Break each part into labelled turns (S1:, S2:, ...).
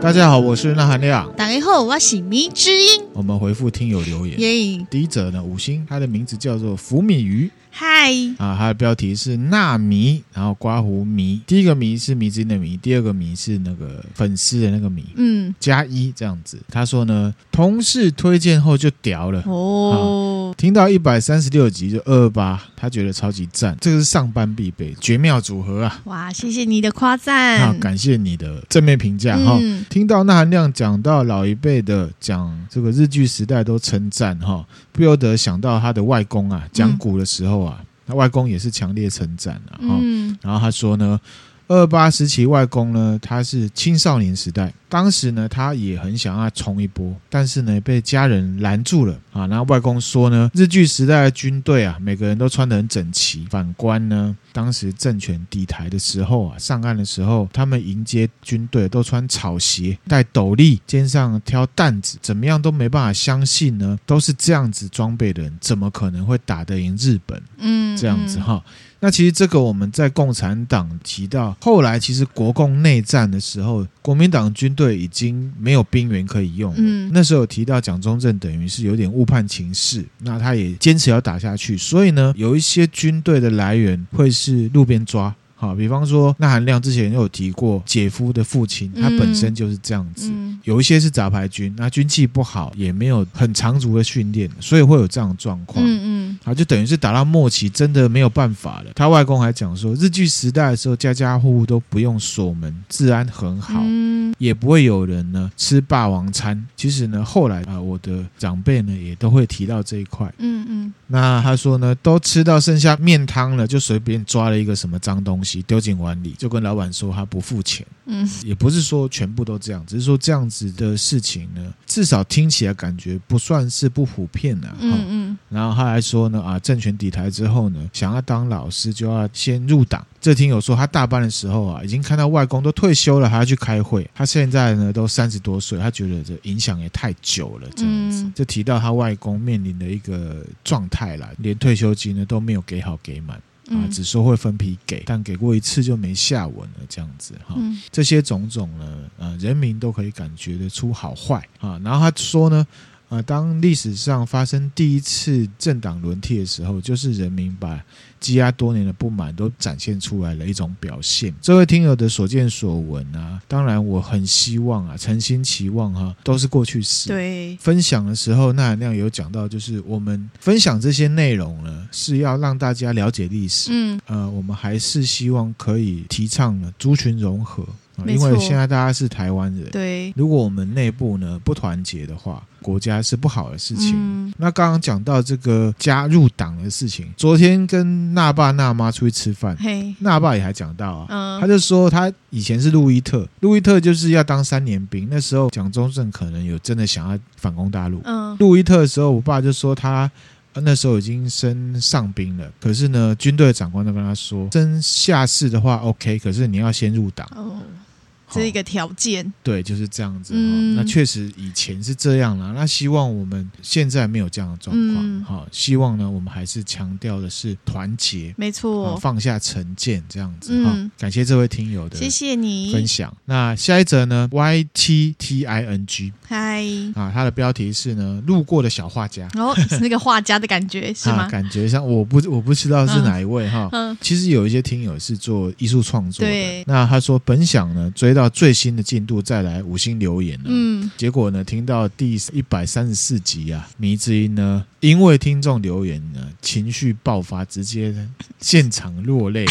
S1: 大家好，我是那含亮。
S2: 打开后，我喜迷之音
S1: 我们回复听友留言。
S2: 耶！
S1: 第一则呢，五星，它的名字叫做福米鱼
S2: 嗨，
S1: 啊，它的标题是纳迷，然后刮胡迷。第一个迷是迷之音的迷，第二个迷是那个粉丝的那个迷，
S2: 嗯，
S1: 加一这样子。他说呢，同事推荐后就屌了。
S2: 哦，
S1: 听到一百三十六集就二八，他觉得超级赞，这个是上班必备，绝妙组合啊！
S2: 哇，谢谢你的夸
S1: 啊，
S2: 赞，
S1: 感啊谢你的正面评价哈。
S2: 嗯
S1: 听到那含量讲到老一辈的讲这个日剧时代都称赞哈，不由得想到他的外公啊，讲古的时候啊，他外公也是强烈称赞啊哈。
S2: 嗯，
S1: 然后他说呢，二八时期外公呢，他是青少年时代，当时呢他也很想要冲一波，但是呢被家人拦住了啊。然后外公说呢，日据时代的军队啊，每个人都穿得很整齐，反观呢当时政权底台的时候啊，上岸的时候，他们迎接军队都穿草鞋，戴斗笠，肩上挑担子，怎么样都没办法相信呢，都是这样子装备的人，怎么可能会打得赢日本？
S2: 嗯，
S1: 这样子哈。那其实这个我们在共产党提到，后来其实国共内战的时候，国民党军队已经没有兵源可以用了。
S2: 嗯
S1: 那时候有提到蒋中正等于是有点误判情势，那他也坚持要打下去，所以呢，有一些军队的来源会是路边抓。好，比方说，那韩亮之前有提过，姐夫的父亲他本身就是这样子，
S2: 嗯，
S1: 有一些是杂牌军，那军纪不好，也没有很长足的训练，所以会有这样的状况。
S2: 嗯嗯
S1: 啊，就等于是打到末期，真的没有办法了。他外公还讲说，日据时代的时候，家家户户都不用锁门，治安很好，
S2: 嗯，
S1: 也不会有人呢吃霸王餐。其实呢，后来啊、我的长辈呢也都会提到这一块。
S2: 嗯嗯
S1: 那他说呢，都吃到剩下面汤了，就随便抓了一个什么脏东西丢进碗里，就跟老板说他不付钱。
S2: 嗯
S1: 也不是说全部都这样，只是说这样子的事情呢，至少听起来感觉不算是不普遍啊。哈
S2: 嗯嗯，
S1: 然后他还说呢，啊，政权底台之后呢，想要当老师就要先入党。这听友说，他大班的时候啊，已经看到外公都退休了，还要去开会。他现在呢，都三十多岁，他觉得这影响也太久了，这样子。
S2: 嗯
S1: 就提到他外公面临的一个状态啦，连退休金呢都没有给好给满啊，
S2: 嗯
S1: 只说会分批给，但给过一次就没下文了，这样子哈。
S2: 嗯
S1: 这些种种呢，呃，人民都可以感觉得出好坏啊。然后他说呢，呃，当历史上发生第一次政党轮替的时候，就是人民把积压多年的不满都展现出来了一种表现。这位听友的所见所闻啊，当然我很希望啊，诚心期望哈、啊都是过去式。
S2: 对，
S1: 分享的时候，那亮有讲到，就是我们分享这些内容呢，是要让大家了解历史，
S2: 嗯
S1: 呃，我们还是希望可以提倡呢族群融合啊，
S2: 没
S1: 因为
S2: 错
S1: 现在大家是台湾人，
S2: 对，
S1: 如果我们内部呢不团结的话，国家是不好的事情。
S2: 嗯
S1: 那刚刚讲到这个加入党的事情，昨天跟那爸那妈出去吃 饭，
S2: 嘿，
S1: 那爸也还讲到啊，
S2: 嗯
S1: 他就说他以前是路易特，路易特就是要当三年兵，那时候蒋中正可能有真的想要反攻大陆，
S2: 嗯
S1: 路易特的时候，我爸就说他呃那时候已经升上兵了，可是呢，军队的长官都跟他说，升下士的话 OK，可是你要先入党。
S2: 哦，这是一
S1: 哦
S2: 个条件，
S1: 对，就是这样子、哦
S2: 嗯
S1: 那确实以前是这样啦，那希望我们现在没有这样的状况。
S2: 嗯
S1: 好、希望呢，我们还是强调的是团结，
S2: 没
S1: 哦
S2: 错，
S1: 放下成见这样子哈、
S2: 嗯
S1: 感谢这位听友的
S2: 谢谢你，
S1: 分享。那下一则呢，Y T T I N G
S2: 嗨，
S1: 啊，它的标题是呢，路过的小画家。
S2: 哦，是那个画家的感觉是
S1: 啊，
S2: 吗？
S1: 感觉像我不我不知道是哪一位哈。
S2: 嗯
S1: 其实有一些听友是做艺术创作的
S2: 对，
S1: 那他说本想呢追到最新的进度再来五星留言呢，
S2: 嗯
S1: 结果呢听到第一百三十四集啊，迷之音呢因为听众留言呢情绪爆发，直接现场落泪，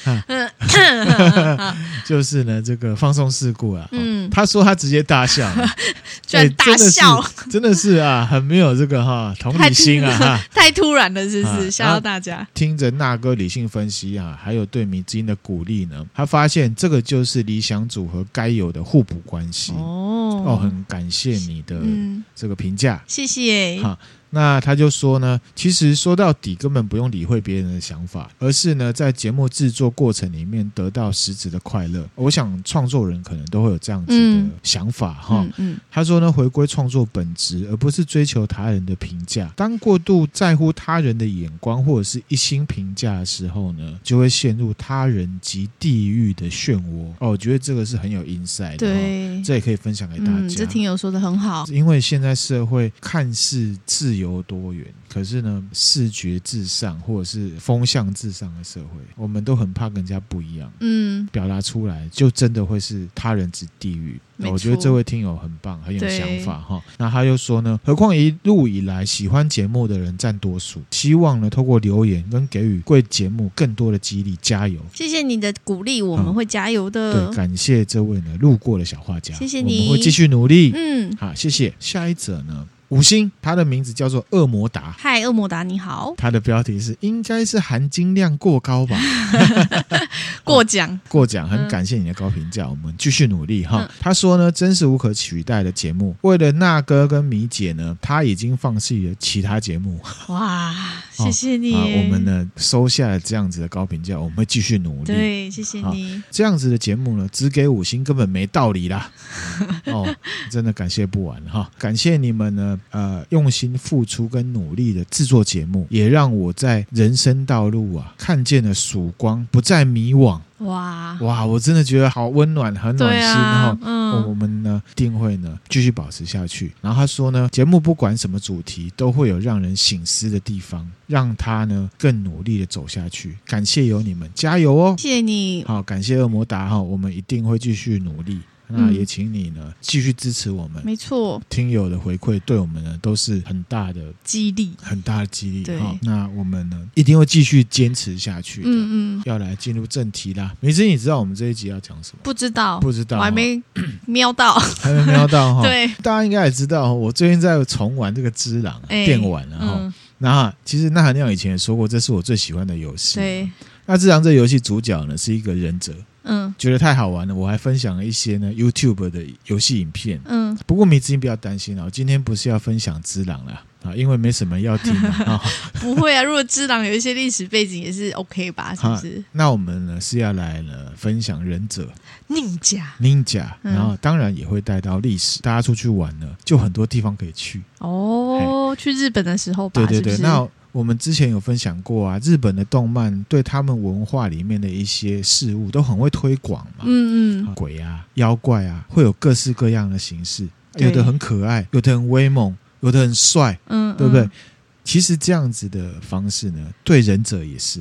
S1: 就是呢这个放松事故啊。
S2: 嗯，
S1: 他说他直接大笑了，
S2: 居然
S1: 哎
S2: 大笑，
S1: 真的是，真的是啊，很没有这个哈同理心 啊哈。
S2: 太突然了，是不
S1: 啊
S2: 是吓到大家？
S1: 听着那哥理性分析啊，还有对迷之音的鼓励呢，他发现这个就是理想组合该有的互补关系。哦
S2: 哦
S1: 很感谢你的呃
S2: 嗯，
S1: 这个评价。
S2: 谢谢。
S1: 好那他就说呢，其实说到底根本不用理会别人的想法，而是呢在节目制作过程里面得到实质的快乐。我想创作人可能都会有这样子的
S2: 嗯
S1: 想法哈。
S2: 嗯嗯
S1: 他说呢，回归创作本质，而不是追求他人的评价。当过度在乎他人的眼光或者是一心评价的时候呢，就会陷入他人及地狱的漩涡。哦，我觉得这个是很有 insight 的、哦，，
S2: 对，
S1: 这也可以分享给大家。
S2: 嗯，这听友说的很好，
S1: 因为现在社会看似自由多元，可是呢，视觉至上或者是风向至上的社会，我们都很怕跟人家不一样。
S2: 嗯，
S1: 表达出来，就真的会是他人之地狱。
S2: 没错
S1: 我觉得这位听友很棒，很有
S2: 对
S1: 想法哈。那他又说呢，何况一路以来喜欢节目的人占多数，希望呢透过留言跟给予贵节目更多的激励，加油！
S2: 谢谢你的鼓励，我
S1: 嗯
S2: 们会加油的
S1: 对，。感谢这位呢路过的小画家，
S2: 谢谢
S1: 我
S2: 你
S1: 们会继续努力。
S2: 嗯，
S1: 好，谢谢。下一则呢，五星，他的名字叫做恶魔达。
S2: 嗨，恶魔达你好，
S1: 他的标题是应该是含金量过高 吧？
S2: 过奖，
S1: 过奖，很
S2: 嗯
S1: 感谢你的高评价，我们继续努力哈
S2: 嗯。
S1: 他说呢，真是无可取代的节目。为了那哥跟米姐呢，他已经放弃了其他节目啊。
S2: 哇，谢谢你，
S1: 我们，呢收下了这样子的高评价，我们会继续努力。
S2: 对，谢谢你，
S1: 这样子的节目呢，只给五星根本没道理 啦。哦，真的感谢不完哈，感谢你们呢，呃，用心付出跟努力的制作节目，也让我在人生道路啊看见了曙光，不再迷惘。
S2: 哇，
S1: 哇，我真的觉得好温暖，很暖
S2: 对
S1: 心
S2: 啊
S1: 哈，、哦
S2: 嗯，
S1: 我们呢，一定会呢继续保持下去。然后他说呢，节目不管什么主题，都会有让人醒思的地方，让他呢更努力的走下去。感谢有你们，加油哦！
S2: 谢谢你，
S1: 好，感谢恶魔达哈，我们一定会继续努力。那
S2: 嗯
S1: 也请你呢继续支持我们，
S2: 没错，
S1: 听友的回馈对我们呢都是很大的、
S2: 激励，
S1: 很大的激励
S2: 对
S1: 哈。那我们呢一定会继续坚持下去的。
S2: 嗯嗯，
S1: 要来进入正题啦，梅子，你知道我们这一集要讲什么吗？
S2: 不知道，
S1: 不知道
S2: 哦我
S1: 哈，
S2: 还没 瞄到，
S1: 还没瞄到哈。，
S2: 对，
S1: 大家应该也知道，我最近在重玩这个《只狼》啊
S2: 哎
S1: 电玩啊哈。
S2: 嗯，
S1: 那其实那含亮以前也说过，这是我最喜欢的游戏。，
S2: 对，
S1: 那《只狼》这游戏主角呢是一个忍者，
S2: 嗯
S1: 觉得太好玩了，我还分享了一些呢 YouTube 的游戏影片。
S2: 嗯，
S1: 不过米子你不要担心啊，我今天不是要分享《只狼》啦。啊，因为没什么要听 嘛啊、
S2: 不会啊，如果知狼有一些历史背景也是 OK 吧，
S1: 啊
S2: 是不是？
S1: 那我们呢是要来呢分享忍者
S2: 宁家
S1: Ninja，
S2: 嗯
S1: 然后当然也会带到历史，大家出去玩呢就很多地方可以去。
S2: 哦，去日本的时候吧，
S1: 对对对，
S2: 是不是
S1: 那我们之前有分享过啊，日本的动漫对他们文化里面的一些事物都很会推广嘛，
S2: 嗯嗯，
S1: 鬼啊、妖怪啊，会有各式各样的形式，
S2: 对
S1: 有的很可爱，有的很威猛，有的很帅，
S2: 嗯，
S1: 对不对？
S2: 嗯？
S1: 其实这样子的方式呢，对忍者也是。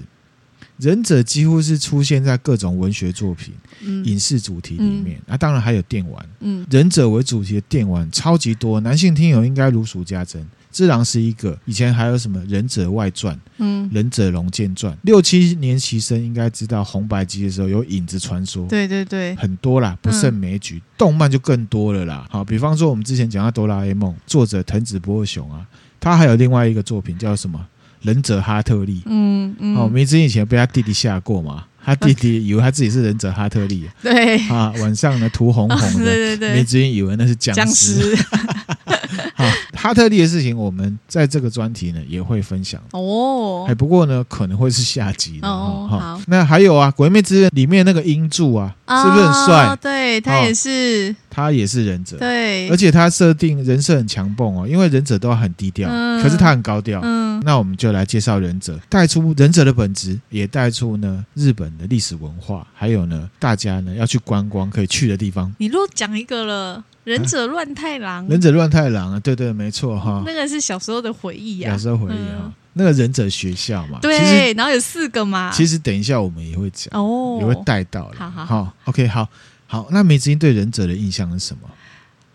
S1: 忍者几乎是出现在各种文学作品、
S2: 嗯
S1: 影视主题里面，那、啊、当然还有电玩，
S2: 嗯，
S1: 忍者为主题的电玩超级多，男性听友应该如数家珍。智狼是一个，以前还有什么《忍者外传》
S2: 嗯
S1: 《忍者龙剑传》，六七年级生应该知道红白机的时候有《影子传说》，
S2: 对对对，
S1: 很多啦，不胜枚举。
S2: 嗯
S1: 动漫就更多了啦。好，比方说我们之前讲到《哆啦 A 梦》，作者藤子不二雄啊，他还有另外一个作品叫什么《忍者哈特利》。
S2: 嗯嗯，
S1: 哦，明之以前被他弟弟吓过嘛，他弟弟以为他自己是忍者哈特利
S2: 对，
S1: 啊，晚上呢涂红红的。
S2: 对对
S1: 梅
S2: 对，
S1: 子英以为那是僵
S2: 僵
S1: 尸。
S2: 尸
S1: 哈，哈特利的事情，我们在这个专题呢也会分享。
S2: 哦
S1: 哎，，不过呢，可能会是下集的
S2: 哦
S1: 哈
S2: 好
S1: 那还有啊，《鬼灭之刃》里面那个英柱啊，是不是很
S2: 啊
S1: 帅？
S2: 对他
S1: 哦
S2: 也是，
S1: 他也是忍者，
S2: 对，
S1: 而且他设定人设很强蹦哦，因为忍者都很低调，
S2: 嗯
S1: 可是他很高调。
S2: 嗯
S1: 那我们就来介绍忍者，带出忍者的本质，也带出呢日本的历史文化，还有呢大家呢要去观光可以去的地方。
S2: 你若讲一个了，忍者乱太郎，
S1: 啊忍者乱太郎啊，对对，没错哈。
S2: 嗯那个是小时候的回忆
S1: 小
S2: 啊，
S1: 时候回忆哈、
S2: 嗯
S1: 那个忍者学校嘛，其实
S2: 对，然后有四个嘛，
S1: 其实等一下我们也会讲，
S2: 哦
S1: 也会带到了。
S2: 好好
S1: ，OK，好好。那梅子英对忍者的印象是什么？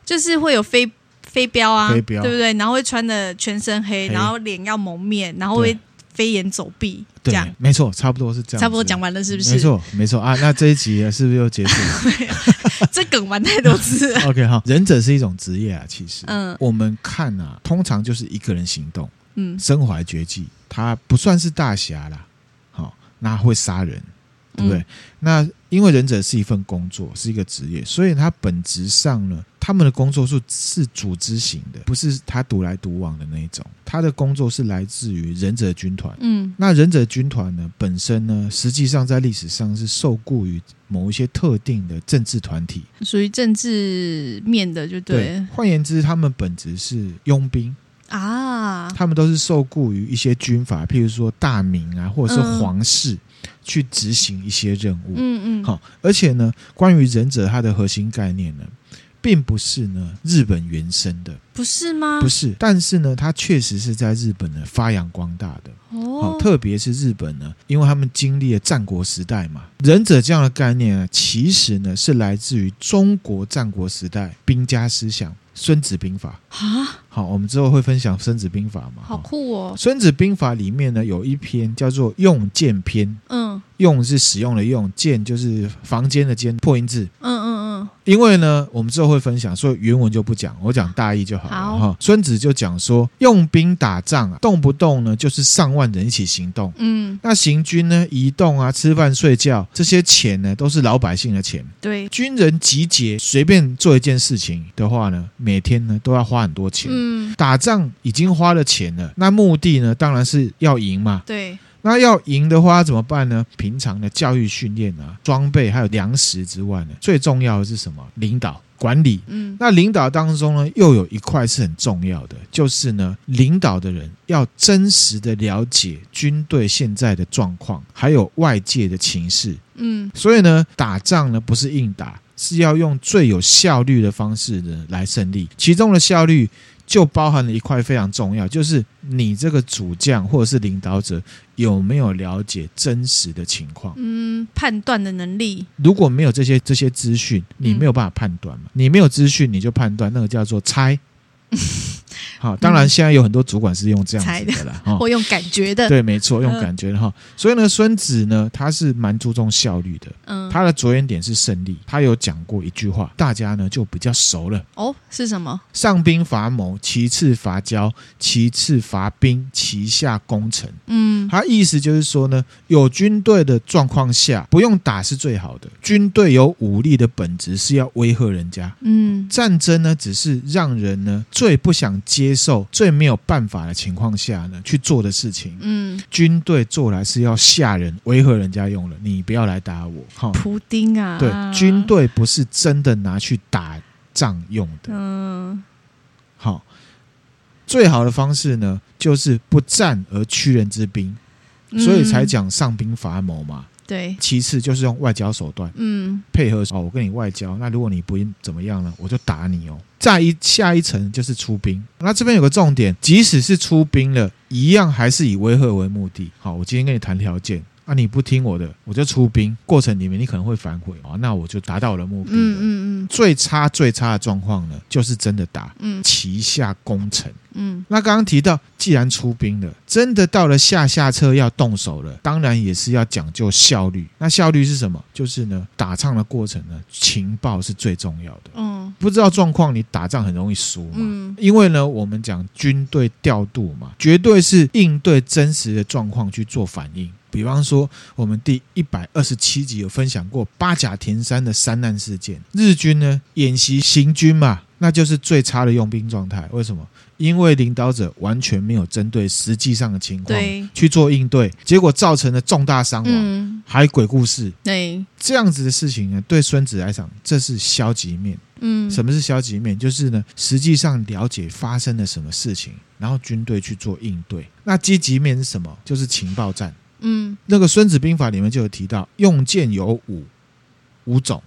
S2: 就是会有飞飞镖啊，
S1: 飞镖
S2: 对不对？然后会穿的全身黑，
S1: 黑
S2: 然后脸要蒙面，然后
S1: 对
S2: 会飞檐走壁，这
S1: 对
S2: 样，
S1: 没错，差不多是这样子。
S2: 差不多讲完了，是不
S1: 没
S2: 是？
S1: 错，没错啊。那这一集呢是不是又结束了
S2: 这梗玩太多 次 了，
S1: ？OK，好，忍者是一种职业啊，其实，
S2: 嗯
S1: 我们看啊，通常就是一个人行动，
S2: 嗯
S1: 身怀绝技，他不算是大侠啦，好、那会杀人，对不对？
S2: 嗯
S1: 那因为忍者是一份工作，是一个职业，所以它本质上呢，他们的工作是是组织型的，不是他独来独往的那一种。他的工作是来自于忍者军团。
S2: 嗯
S1: 那忍者军团呢，本身呢，实际上在历史上是受雇于某一些特定的政治团体。
S2: 嗯属于政治面的就对了
S1: 换言之，他们本质是佣兵，
S2: 啊，
S1: 他们都是受雇于一些军阀，譬如说大明啊，或者是皇室，去执行一些任务。
S2: 嗯嗯嗯，
S1: 好、而且呢，关于忍者它的核心概念呢，并不是呢日本原生的，
S2: 不是吗？
S1: 不是，但是呢，它确实是在日本呢发扬光大的。好、
S2: 哦，
S1: 特别是日本呢，因为他们经历了战国时代嘛，忍者这样的概念啊，其实呢是来自于中国战国时代兵家思想《孙子兵法》。
S2: 啊，
S1: 好，我们之后会分享《孙子兵法》嘛？
S2: 好
S1: 哈
S2: 酷哦，
S1: 孙子兵法》里面呢有一篇叫做“用剑篇
S2: 嗯”，
S1: 用是使用的用，剑就是房间的间，破音字。
S2: 嗯嗯
S1: 因为呢，我们之后会分享，所以原文就不讲，我讲大意就好了
S2: 好
S1: 哈。孙子就讲说，用兵打仗啊，动不动呢就是上万人一起行动。
S2: 嗯嗯，
S1: 那行军呢，移动啊，吃饭睡觉这些钱呢，都是老百姓的钱。
S2: 对，
S1: 军人集结随便做一件事情的话呢，每天呢都要花很多钱。
S2: 嗯
S1: 打仗已经花了钱了，那目的呢，当然是要赢嘛。
S2: 对，
S1: 那要赢的话怎么办呢？平常的教育训练啊、装备还有粮食之外呢，最重要的是什么？领导管理。
S2: 嗯
S1: 那领导当中呢，又有一块是很重要的，就是呢，领导的人要真实的了解军队现在的状况，还有外界的情势。
S2: 嗯
S1: 所以呢，打仗呢不是硬打，是要用最有效率的方式呢来胜利。其中的效率就包含了一块非常重要，就是你这个主将或者是领导者有没有了解真实的情况。
S2: 嗯，判断的能力，
S1: 如果没有这些这些资讯，你没有办法判断嘛。你没有资讯，你就判断那个叫做猜。好，当然现在有很多主管是用这样子的啦。哈
S2: 或用感觉嗯的，
S1: 哦对，没错，用感觉的哈。所以呢，孙子呢，他是蛮注重效率的。
S2: 嗯，
S1: 他的着眼点是胜利，他有讲过一句话，大家呢就比较熟了：
S2: 哦是什么？
S1: 上兵伐谋，其次伐交，其次伐兵，其下攻城。
S2: 嗯
S1: 他意思就是说呢，有军队的状况下，不用打是最好的。军队有武力的本质是要威吓人家。
S2: 嗯
S1: 战争呢，只是让人呢最不想接受、最没有办法的情况下呢去做的事情。
S2: 嗯，
S1: 军队做来是要吓人、威吓人家用的，你不要来打我。哈，
S2: 普丁啊，
S1: 对，军，队不是真的拿去打仗用的。
S2: 嗯
S1: 好，最好的方式呢，就是不战而屈人之兵，
S2: 嗯
S1: 所以才讲上兵伐谋嘛。
S2: 对，
S1: 其次就是用外交手段
S2: 嗯
S1: 配合哦，我跟你外交，那如果你不怎么样呢，我就打你哦。再一下一层就是出兵，那这边有个重点，即使是出兵了，一样还是以威吓为目的。好，我今天跟你谈条件。啊！你不听我的，我就出兵。过程里面你可能会反悔啊，那我就达到我的目
S2: 嗯
S1: 的了。
S2: 嗯嗯
S1: 最差最差的状况呢，就是真的打
S2: 嗯
S1: 旗下攻城。
S2: 嗯
S1: 那刚刚提到，既然出兵了，真的到了下下策要动手了，当然也是要讲究效率。那效率是什么？就是呢，打仗的过程呢，情报是最重要的。
S2: 嗯
S1: 不知道状况，你打仗很容易输嘛。
S2: 嗯
S1: 因为呢，我们讲军队调度嘛，绝对是应对真实的状况去做反应。比方说，我们第一百二十七集有分享过八甲田山的山难事件，日军呢演习行军嘛，那就是最差的用兵状态。为什么？因为领导者完全没有针对实际上的情况
S2: 对
S1: 去做应对，结果造成了重大伤亡，
S2: 嗯，
S1: 还有鬼故事。
S2: 对，
S1: 这样子的事情呢，对孙子来讲，这是消极面。
S2: 嗯
S1: 什么是消极面？就是呢，实际上了解发生了什么事情，然后军队去做应对。那积极面是什么？就是情报战。
S2: 嗯
S1: 那个《孙子兵法》里面就有提到，用剑有五五种。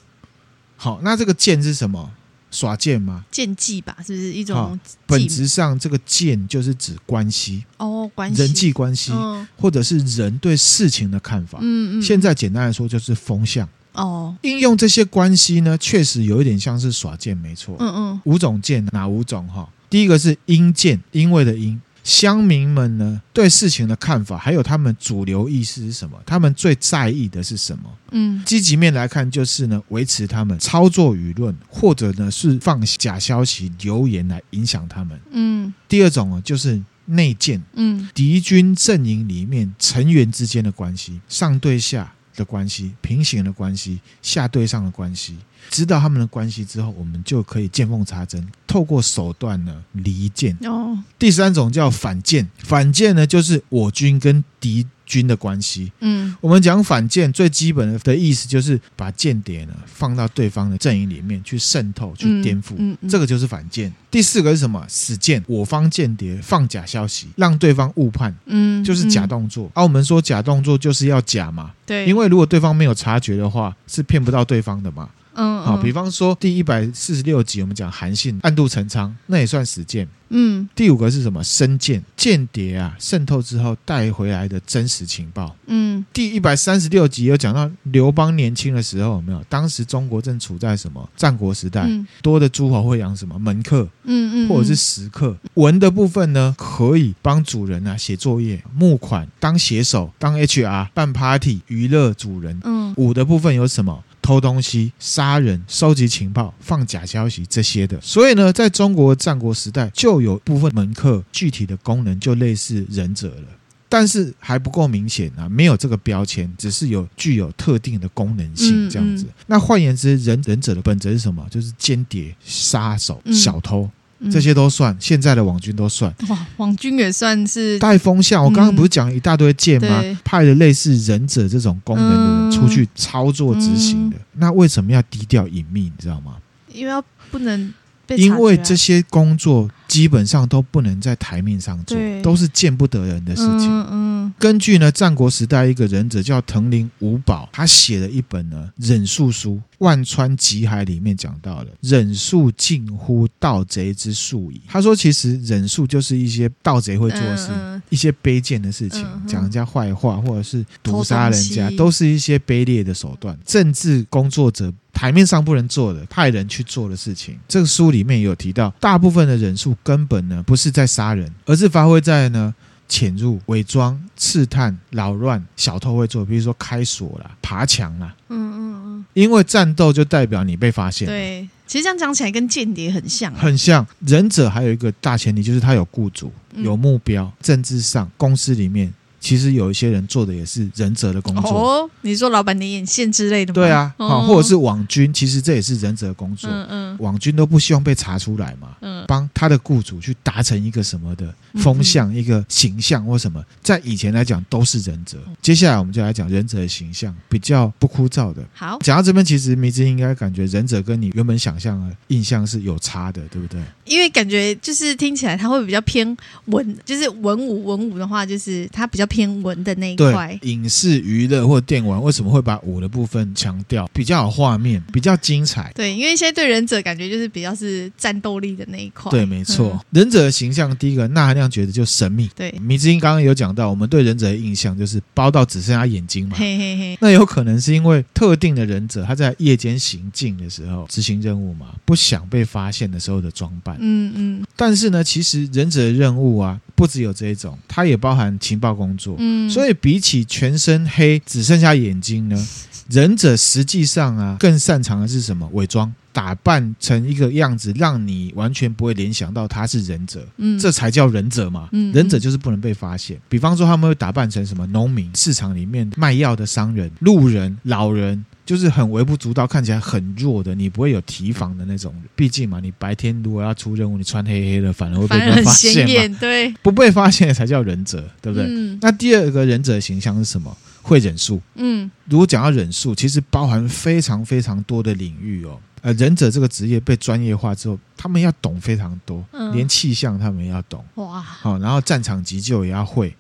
S1: 好，那这个剑是什么？耍剑吗？
S2: 剑技吧，是不是一
S1: 好
S2: 种
S1: 本
S2: 技
S1: 质上，这个剑就是指关系、
S2: 哦关系
S1: 人际关系，
S2: 嗯
S1: 或者是人对事情的看法。
S2: 嗯嗯，
S1: 现在简单来说，就是风向。
S2: 哦
S1: 应用这些关系呢，确实有一点像是耍剑，没错。
S2: 嗯嗯
S1: 五种剑哪五种哈？第一个是因见，因为的因。乡民们呢对事情的看法，还有他们主流意识是什么？他们最在意的是什么？
S2: 嗯
S1: 积极面来看，就是呢维持他们操作舆论，或者呢是放假消息、流言来影响他们。
S2: 嗯
S1: 第二种啊，就是内见，
S2: 嗯
S1: 敌军阵营里面成员之间的关系，上对下。的关系、平行的关系、下对上的关系，知道他们的关系之后，我们就可以见缝插针，透过手段呢离间。
S2: 哦，
S1: 第三种叫反间，反间呢就是我军跟敌军的关系。
S2: 嗯
S1: 我们讲反间最基本的的意思就是把间谍呢放到对方的阵营里面去渗透、去
S2: 嗯
S1: 颠覆。
S2: 嗯嗯
S1: 这个就是反间。第四个是什么？死间，我方间谍放假消息，让对方误判，
S2: 嗯
S1: 就是假，动作。啊，我们说假动作就是要假嘛，
S2: 嗯对，
S1: 因
S2: 为
S1: 为如果对方没有察觉的话，是骗不到对方的嘛。
S2: 嗯
S1: 啊，
S2: 嗯
S1: 比方说第一百四十六集我们讲韩信暗度陈仓，那也算死间。
S2: 嗯
S1: 第五个是什么？深间间谍啊，渗透之后带回来的真实情报。
S2: 嗯
S1: 第一百三十六集有讲到刘邦年轻的时候，有没有？当时中国正处在什么战国时代，
S2: 嗯
S1: 多的诸侯会养什么门客，
S2: 嗯嗯，
S1: 或者是食客。文的部分呢，可以帮主人啊写作业、募款、当写手、当 HR、办 party、娱乐主人。
S2: 嗯
S1: 武的部分有什么？偷东西、杀人、收集情报、放假消息这些的。所以呢，在中国战国时代就有部分门客具体的功能就类似忍者了。但是还不够明显啊，没有这个标签，只是有具有特定的功能性
S2: 嗯
S1: 这样子。那换言之，忍忍者的本质是什么？就是间谍、杀手、
S2: 嗯
S1: 小偷。
S2: 嗯
S1: 这些都算，现在的网军都算。
S2: 哇，网军也算是
S1: 带风向，我刚刚
S2: 嗯
S1: 不是讲一大堆剑吗？
S2: 对
S1: 派了类似忍者这种功能的人
S2: 嗯
S1: 出去操作执行的，那为什么要低调隐秘？你知道吗？
S2: 因为要不能被察觉啊，
S1: 因为这些工作基本上都不能在台面上做，
S2: 对
S1: 都是见不得人的事情。
S2: 嗯嗯
S1: 根据呢，战国时代一个忍者叫藤林五保，他写了一本呢忍术书《万川集海》，里面讲到了忍术近乎盗贼之术矣。他说，其实忍术就是一些盗贼会做的事，
S2: 嗯嗯
S1: 一些卑贱的事情，
S2: 嗯嗯
S1: 讲人家坏话或者是毒杀人
S2: 偷
S1: 家
S2: 东，西
S1: 都是一些卑劣的手段。政治工作者台面上不能做的，派人去做的事情。这个书里面也有提到，大部分的忍术根本呢不是在杀人，而是发挥在呢潜入、伪装、刺探、扰乱小偷会做，比如说开锁啦、爬墙啦。
S2: 嗯嗯嗯，
S1: 因为战斗就代表你被发现，
S2: 对，其实这样讲起来跟间谍很像啊，
S1: 很像忍者，还有一个大前提就是他有雇主、
S2: 嗯
S1: 有目标，政治上公司里面其实有一些人做的也是忍者的工作，
S2: 哦，你说老板的眼线之类的吗？
S1: 对啊，
S2: 哦
S1: 好、或者是网军，其实这也是忍者的工作，
S2: 嗯嗯
S1: 网军都不希望被查出来嘛。
S2: 嗯，
S1: 帮他的雇主去达成一个什么的风向、一个形象或什么，在以前来讲都是忍者。
S2: 嗯
S1: 接下来我们就来讲忍者的形象，比较不枯燥的。
S2: 好，
S1: 讲到这边，其实迷之应该感觉忍者跟你原本想象的印象是有差的，对不对？
S2: 因为感觉就是听起来他会比较偏文，就是文武文武的话，就是他比较偏文的那一
S1: 对
S2: 块，，
S1: 影视娱乐或电玩为什么会把舞的部分强调，比较有画面，比较精彩？
S2: 对，因为现在对忍者感觉就是比较是战斗力的那一块，
S1: 对，没错。
S2: 嗯
S1: 忍者的形象，第一个纳含量觉得就神秘。
S2: 对，
S1: 迷之音刚刚有讲到，我们对忍者的印象就是包到只剩下眼睛嘛。
S2: 嘿嘿嘿，
S1: 那有可能是因为特定的忍者他在夜间行进的时候执行任务嘛，不想被发现的时候的装扮。
S2: 嗯嗯
S1: 但是呢，其实忍者的任务啊，不只有这一种，它也包含情报工作。
S2: 嗯，
S1: 所以比起全身黑只剩下眼睛 呢，忍者实际上啊更擅长的是什么？伪装，打扮成一个样子，让你完全不会联想到他是忍者。
S2: 嗯
S1: 这才叫忍者嘛！
S2: 嗯
S1: 忍者就是不能被发现。比方说，他们会打扮成什么农民、市场里面卖药的商人、路人、老人，就是很微不足道，看起来很弱的，你不会有提防的那种人。毕竟嘛，你白天如果要出任务，你穿黑黑的，反而会被
S2: 反而
S1: 人
S2: 很
S1: 发
S2: 显
S1: 现嘛。
S2: 眼，对，
S1: 不被发现才叫忍者，对不对？
S2: 嗯
S1: 那第二个忍者的形象是什么？会忍术。
S2: 嗯
S1: 如果讲到忍术，其实包含非常非常多的领域哦。呃，忍者这个职业被专业化之后，他们要懂非常多，
S2: 嗯
S1: 连气象他们也要懂，
S2: 哇，
S1: 好、然后战场急救也要会。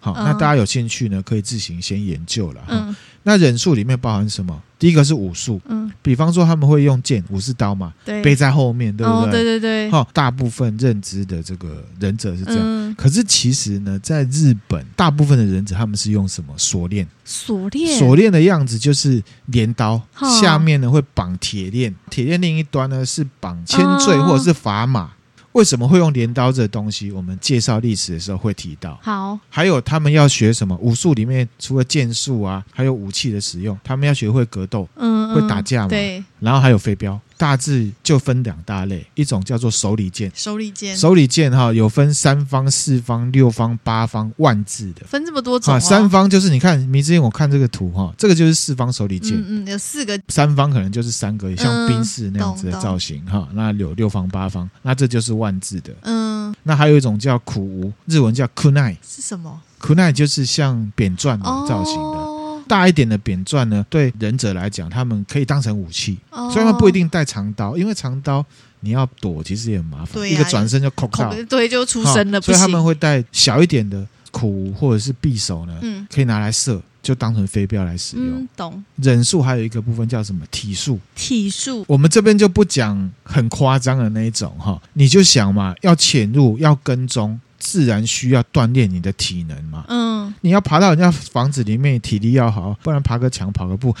S1: 好，
S2: 嗯
S1: 那大家有兴趣呢，可以自行先研究了。哈
S2: 嗯
S1: 那忍术里面包含什么？第一个是武术，
S2: 嗯，
S1: 比方说他们会用剑、武士刀嘛，
S2: 对，
S1: 背在后面，对不
S2: 哦，对对对，
S1: 好、大部分认知的这个忍者是这样。
S2: 嗯，
S1: 可是其实呢，在日本，大部分的忍者他们是用什么锁链？
S2: 锁链，
S1: 锁链的样子就是镰刀，
S2: 哦
S1: 下面呢会绑铁链，铁链另一端呢是绑铅坠
S2: 哦
S1: 或者是砝码。为什么会用镰刀这东西？我们介绍历史的时候会提到。
S2: 好，
S1: 还有他们要学什么武术？里面除了剑术啊，还有武器的使用，他们要学会格斗，
S2: 嗯，
S1: 会打架嘛
S2: 对，
S1: 然后还有飞镖，大致就分两大类，一种叫做手里剑，
S2: 手里剑
S1: 手里剑哈有分三方、四方、六方、八方、万字的。
S2: 分这么多种、
S1: 啊，
S2: 哦，
S1: 三方就是你看，迷之前我看这个图哈，这个就是四方手里剑，
S2: 嗯嗯，有四个
S1: 三方可能就是三个像
S2: 嗯
S1: 冰室那样子的
S2: 懂懂
S1: 造型哈，那有六方八方，那这就是万字的。
S2: 嗯
S1: 那还有一种叫苦无，日文叫 kunai，
S2: 是什么？
S1: kunai 就是像扁钻的
S2: 哦，
S1: 嗯造型的。大一点的扁钻呢，对忍者来讲，他们可以当成武器，
S2: 哦，
S1: 虽然他们不一定带长刀，因为长刀你要躲，其实也很麻烦，
S2: 对啊
S1: 一个转身就扣
S2: 恐
S1: 到
S2: 对就出
S1: 哈
S2: 生了，不
S1: 所以他们
S2: 行。
S1: 会带小一点的苦或者是匕首呢，
S2: 嗯
S1: 可以拿来射，就当成飞镖来使用。
S2: 嗯，懂
S1: 忍术还有一个部分叫什么体术，
S2: 体术
S1: 我们这边就不讲很夸张的那一种哈，你就想嘛，要潜入，要跟踪，自然需要锻炼你的体能嘛。
S2: 嗯，
S1: 你要爬到人家房子里面，体力要好，不然爬个墙、跑个步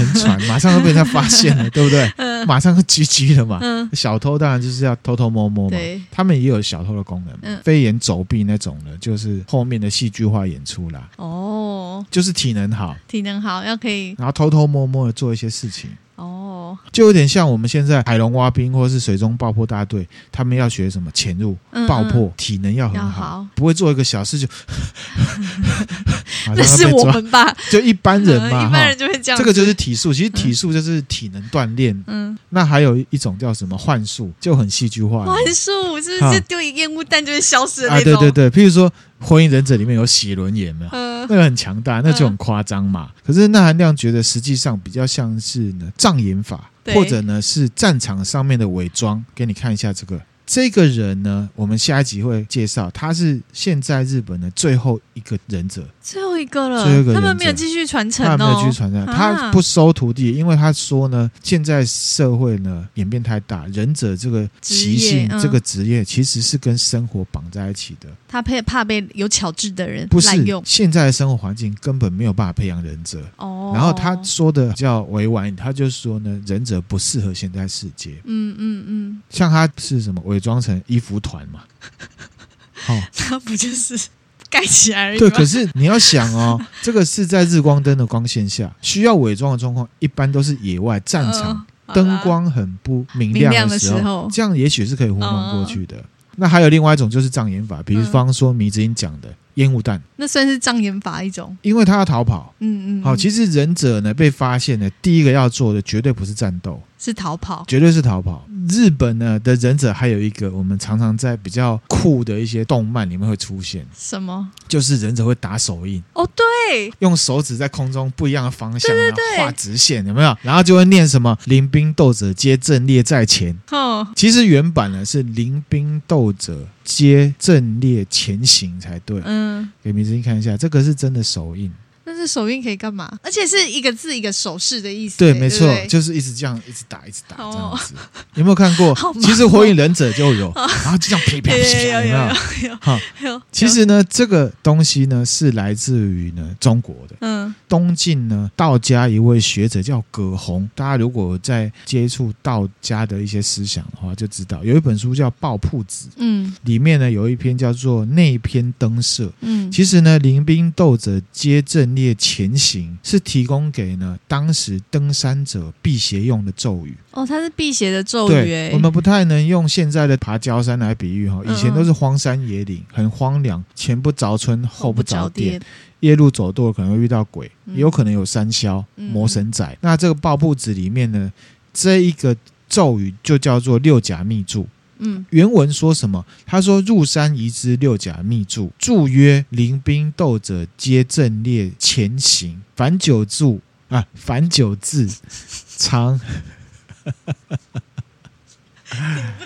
S1: 很喘，马上就被人家发现 了，对不对？马上就狙击了嘛。
S2: 嗯
S1: 小偷当然就是要偷偷摸摸嘛
S2: 对，
S1: 他们也有小偷的功能嘛。
S2: 嗯
S1: 飞檐走壁那种呢，就是后面的戏剧化演出啦，
S2: 哦，
S1: 就是体能好，
S2: 体能好要可以
S1: 然后偷偷摸摸的做一些事情。
S2: 哦，
S1: 就有点像我们现在海龙蛙兵或者是水中爆破大队，他们要学什么潜入、
S2: 嗯
S1: 爆破，，体能要很
S2: 要
S1: 好，
S2: 好
S1: 不会做一个小事 就， 好像
S2: 那
S1: 要
S2: 是
S1: 被
S2: 我
S1: 抓
S2: 们吧？
S1: 就一般人嘛，
S2: 嗯一
S1: 哈
S2: 般人就会这样。
S1: 这个就是体术，其实体术就是体能锻炼。
S2: 嗯，
S1: 那还有一种叫什么幻术，就很戏剧化了
S2: 幻术是不
S1: 啊
S2: 是丢一个烟雾弹就会消失的
S1: 嗯啊，
S2: 那
S1: 对
S2: 种？
S1: 对对，譬如说《火影忍者》里面有写轮眼嘛，
S2: 嗯，
S1: 那个很强大，那就很夸张嘛。可是那含亮觉得实际上比较像是呢障眼法，
S2: 对
S1: 或者呢是战场上面的伪装。给你看一下这个。这个人呢，我们下一集会介绍，他是现在日本的最后一个忍者，
S2: 最后一个了，
S1: 最后一个
S2: 他们
S1: 忍
S2: 没有
S1: 者
S2: 继续传承
S1: 他没有继
S2: 哦
S1: 续。传下来，
S2: 啊
S1: 他不收徒弟，因为他说呢，现在社会呢演变太大，忍者这个习性
S2: 职业、嗯
S1: 这个职业其实是跟生活绑在一起的，
S2: 他怕怕被有巧智的人
S1: 不是
S2: 滥用
S1: 现在的生活环境根本没有办法培养忍者。
S2: 哦。
S1: 然后他说的比较委婉一点，他就说呢，忍者不适合现在世界。
S2: 嗯嗯嗯，
S1: 像他是什么伪装成衣服团嘛？哦，
S2: 他不就是盖起哎来而已
S1: 对，
S2: 吗
S1: 可是你要想 哦，这个是在日光灯的光线下，需要伪装的状况，一般都是野外战场，
S2: 嗯
S1: 灯
S2: 好啦
S1: 光很不明
S2: 明
S1: 亮
S2: 亮
S1: 的
S2: 的
S1: 时
S2: 时
S1: 候，
S2: 候嗯
S1: 这样也许是可以糊弄过去的。那还有另外一种就是障眼法，比方说迷之音讲的烟雾弹，
S2: 那算是障眼法一种。
S1: 因为他要逃跑。
S2: 嗯嗯，
S1: 好，
S2: 嗯
S1: 其实忍者呢被发现呢，第一个要做的绝对不是战斗，
S2: 是逃跑。
S1: 绝对是逃跑。日本呢的忍者还有一个，我们常常在比较酷的一些动漫里面会出现，
S2: 什么？
S1: 就是忍者会打手印。
S2: 哦，对，
S1: 用手指在空中不一样的方向，
S2: 对对
S1: 然后
S2: 对
S1: 画直线，有没有？然后就会念什么“临兵斗者皆阵列在前
S2: 哦”。，
S1: 其实原版呢是“临兵斗者皆阵列前行”才对。
S2: 嗯，
S1: 给明之音看一下，这个是真的手印，
S2: 那这手印可以干嘛？而且是一个字一个手势的意思。
S1: 对，
S2: 哎
S1: 没错
S2: 对，不对
S1: 就是一直这样，一直打，一直打
S2: 哦
S1: 这样子。有没有看过
S2: 好？忙哦哦
S1: 其实《火影忍者》就有，然后就这样噼啪噼啪，有
S2: 有有
S1: 没有？
S2: 有有
S1: 啊哈，
S2: 有有。
S1: 其实呢，这个东西呢是来自于呢中国的。
S2: 嗯，
S1: 东晋呢，道家一位学者叫葛洪，大家如果在接触道家的一些思想的话，就知道有一本书叫《抱朴子》，
S2: 嗯
S1: 里面呢有一篇叫做《内篇登舍》。
S2: 嗯，
S1: 其实呢，临兵斗者皆阵列前行，是提供给呢当时登山者辟邪用的咒语。
S2: 哦，它是辟邪的咒语，
S1: 对
S2: 哎，
S1: 我们不太能用现在的爬焦山来比喻哈，
S2: 嗯
S1: 以前都是荒山野岭，很荒凉，前不着村后不着店，
S2: 后不着
S1: 夜路走多了可能会遇到鬼，
S2: 嗯
S1: 也有可能有山魈、
S2: 嗯
S1: 魔神仔。那这个抱朴子里面呢，这一个咒语就叫做六甲密咒。
S2: 嗯
S1: 原文说什么？他说：“入山移之六甲密柱，祝曰：临兵斗者皆阵列前行，凡九柱啊，凡九字长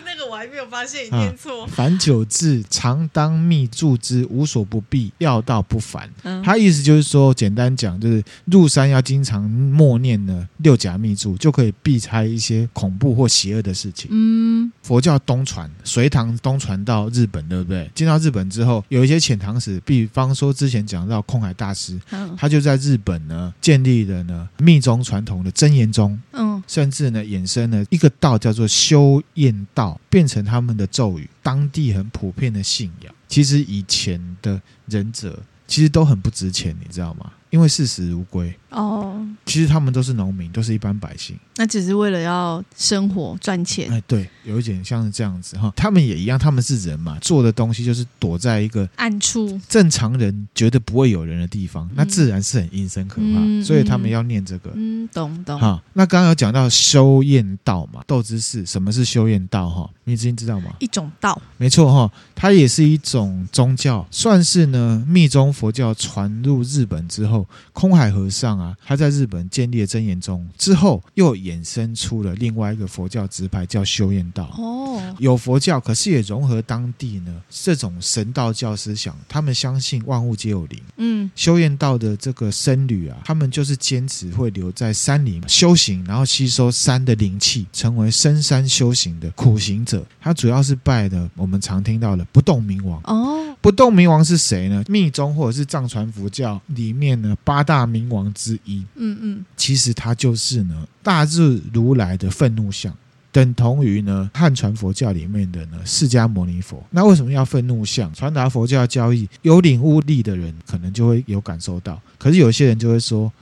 S2: 那个我还没有发现你
S1: 念
S2: 错。
S1: 凡九字常当密柱之，无所不避，要道不凡。”
S2: 嗯，
S1: 他意思就是说，简单讲，就是入山要经常默念呢六甲密咒，就可以避开一些恐怖或邪恶的事情。
S2: 嗯
S1: 佛教东传，隋唐东传到日本，对不对？进到日本之后，有一些遣唐使，比方说之前讲到空海大师，
S2: 嗯
S1: 他就在日本呢建立了呢密宗传统的真言宗，
S2: 嗯，
S1: 甚至呢衍生了一个道叫做修验道，变成他们的咒语，当地很普遍的信仰。其实以前的忍者其实都很不值钱，你知道吗？因为视死如归。
S2: 哦，
S1: 其实他们都是农民，都是一般百姓。
S2: 那只是为了要生活赚钱。
S1: 哎，对，有一点像是这样子哈。他们也一样，他们是人嘛，做的东西就是躲在一个
S2: 暗处，
S1: 正常人绝对不会有人的地方，那自然是很阴森可怕，
S2: 嗯
S1: 所以他们要念这个。
S2: 嗯，懂懂。
S1: 好，那刚刚有讲到修验道嘛，斗之士，什么是修验道？哈，你已经知道吗？
S2: 一种道，
S1: 没错哈，它也是一种宗教，算是呢密宗佛教传入日本之后，空海和尚啊，他在日本建立了真言宗之后，又衍生出了另外一个佛教支派叫修验道。
S2: 哦，
S1: 有佛教，可是也融合当地呢这种神道教思想，他们相信万物皆有灵。
S2: 嗯，
S1: 修验道的这个僧侣啊，他们就是坚持会留在山里修行，然后吸收山的灵气，成为深山修行的苦行者。他主要是拜的我们常听到的不动明王。
S2: 哦，
S1: 不动明王是谁呢？密宗或者是藏传佛教里面呢八大明王之一。
S2: 嗯嗯，
S1: 其实它就是呢大智如来的愤怒像，等同于呢汉传佛教里面的呢释迦牟尼佛。那为什么要愤怒像？传达佛教教义，有领悟力的人可能就会有感受到，可是有些人就会说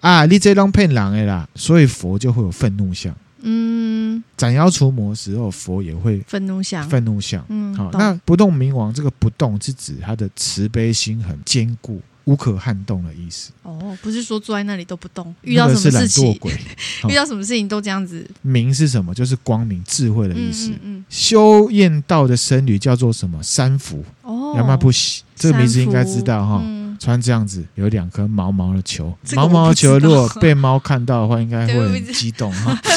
S1: 啊，你这当骗人的啦，所以佛就会有愤怒像。
S2: 嗯，
S1: 斩妖除魔时候，佛也会
S2: 愤怒想，
S1: 愤怒像。
S2: 嗯，
S1: 好，
S2: 懂
S1: 那不动明王这个不动是指他的慈悲心很坚固，无可撼动的意思。
S2: 哦，不是说坐在那里都不动，遇
S1: 那
S2: 到
S1: 个
S2: 什
S1: 是
S2: 么
S1: 懒
S2: 事情
S1: 惰，鬼，
S2: 遇到什么事情都这样子，
S1: 明是什么？就是光明、智慧的意
S2: 嗯
S1: 思。
S2: 嗯嗯，
S1: 修验道的僧侣叫做什么？三福，
S2: 哦，
S1: 亚麻布喜，这个名字应该知道哈。
S2: 嗯，
S1: 穿这样子有两颗毛毛的球，
S2: 这
S1: 毛
S2: 个我不
S1: 毛的球
S2: 知
S1: 如
S2: 道
S1: 果被猫看到的话，应该会
S2: 对我不
S1: 很
S2: 知
S1: 激动哈。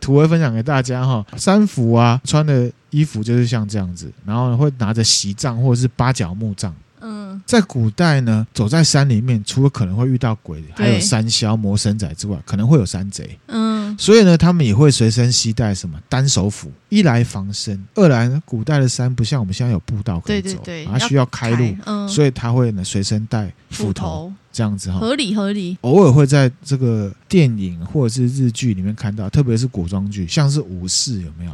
S1: 图文分享给大家哈，三福啊穿的衣服就是像这样子，然后呢会拿着席杖或者是八角木杖。
S2: 嗯，
S1: 在古代呢，走在山里面，除了可能会遇到鬼，还有山魈、魔神仔之外，可能会有山贼。
S2: 嗯，
S1: 所以呢，他们也会随身携带什么单手斧，一来防身，二来呢，古代的山不像我们现在有步道可以
S2: 对
S1: 走
S2: 对，对
S1: 它需要开路，，
S2: 嗯，
S1: 所以他会呢随身带斧头哦
S2: 头
S1: 这样子哈。
S2: 合理合理，
S1: 偶尔会在这个电影或者是日剧里面看到，特别是古装剧，像是武士有没有？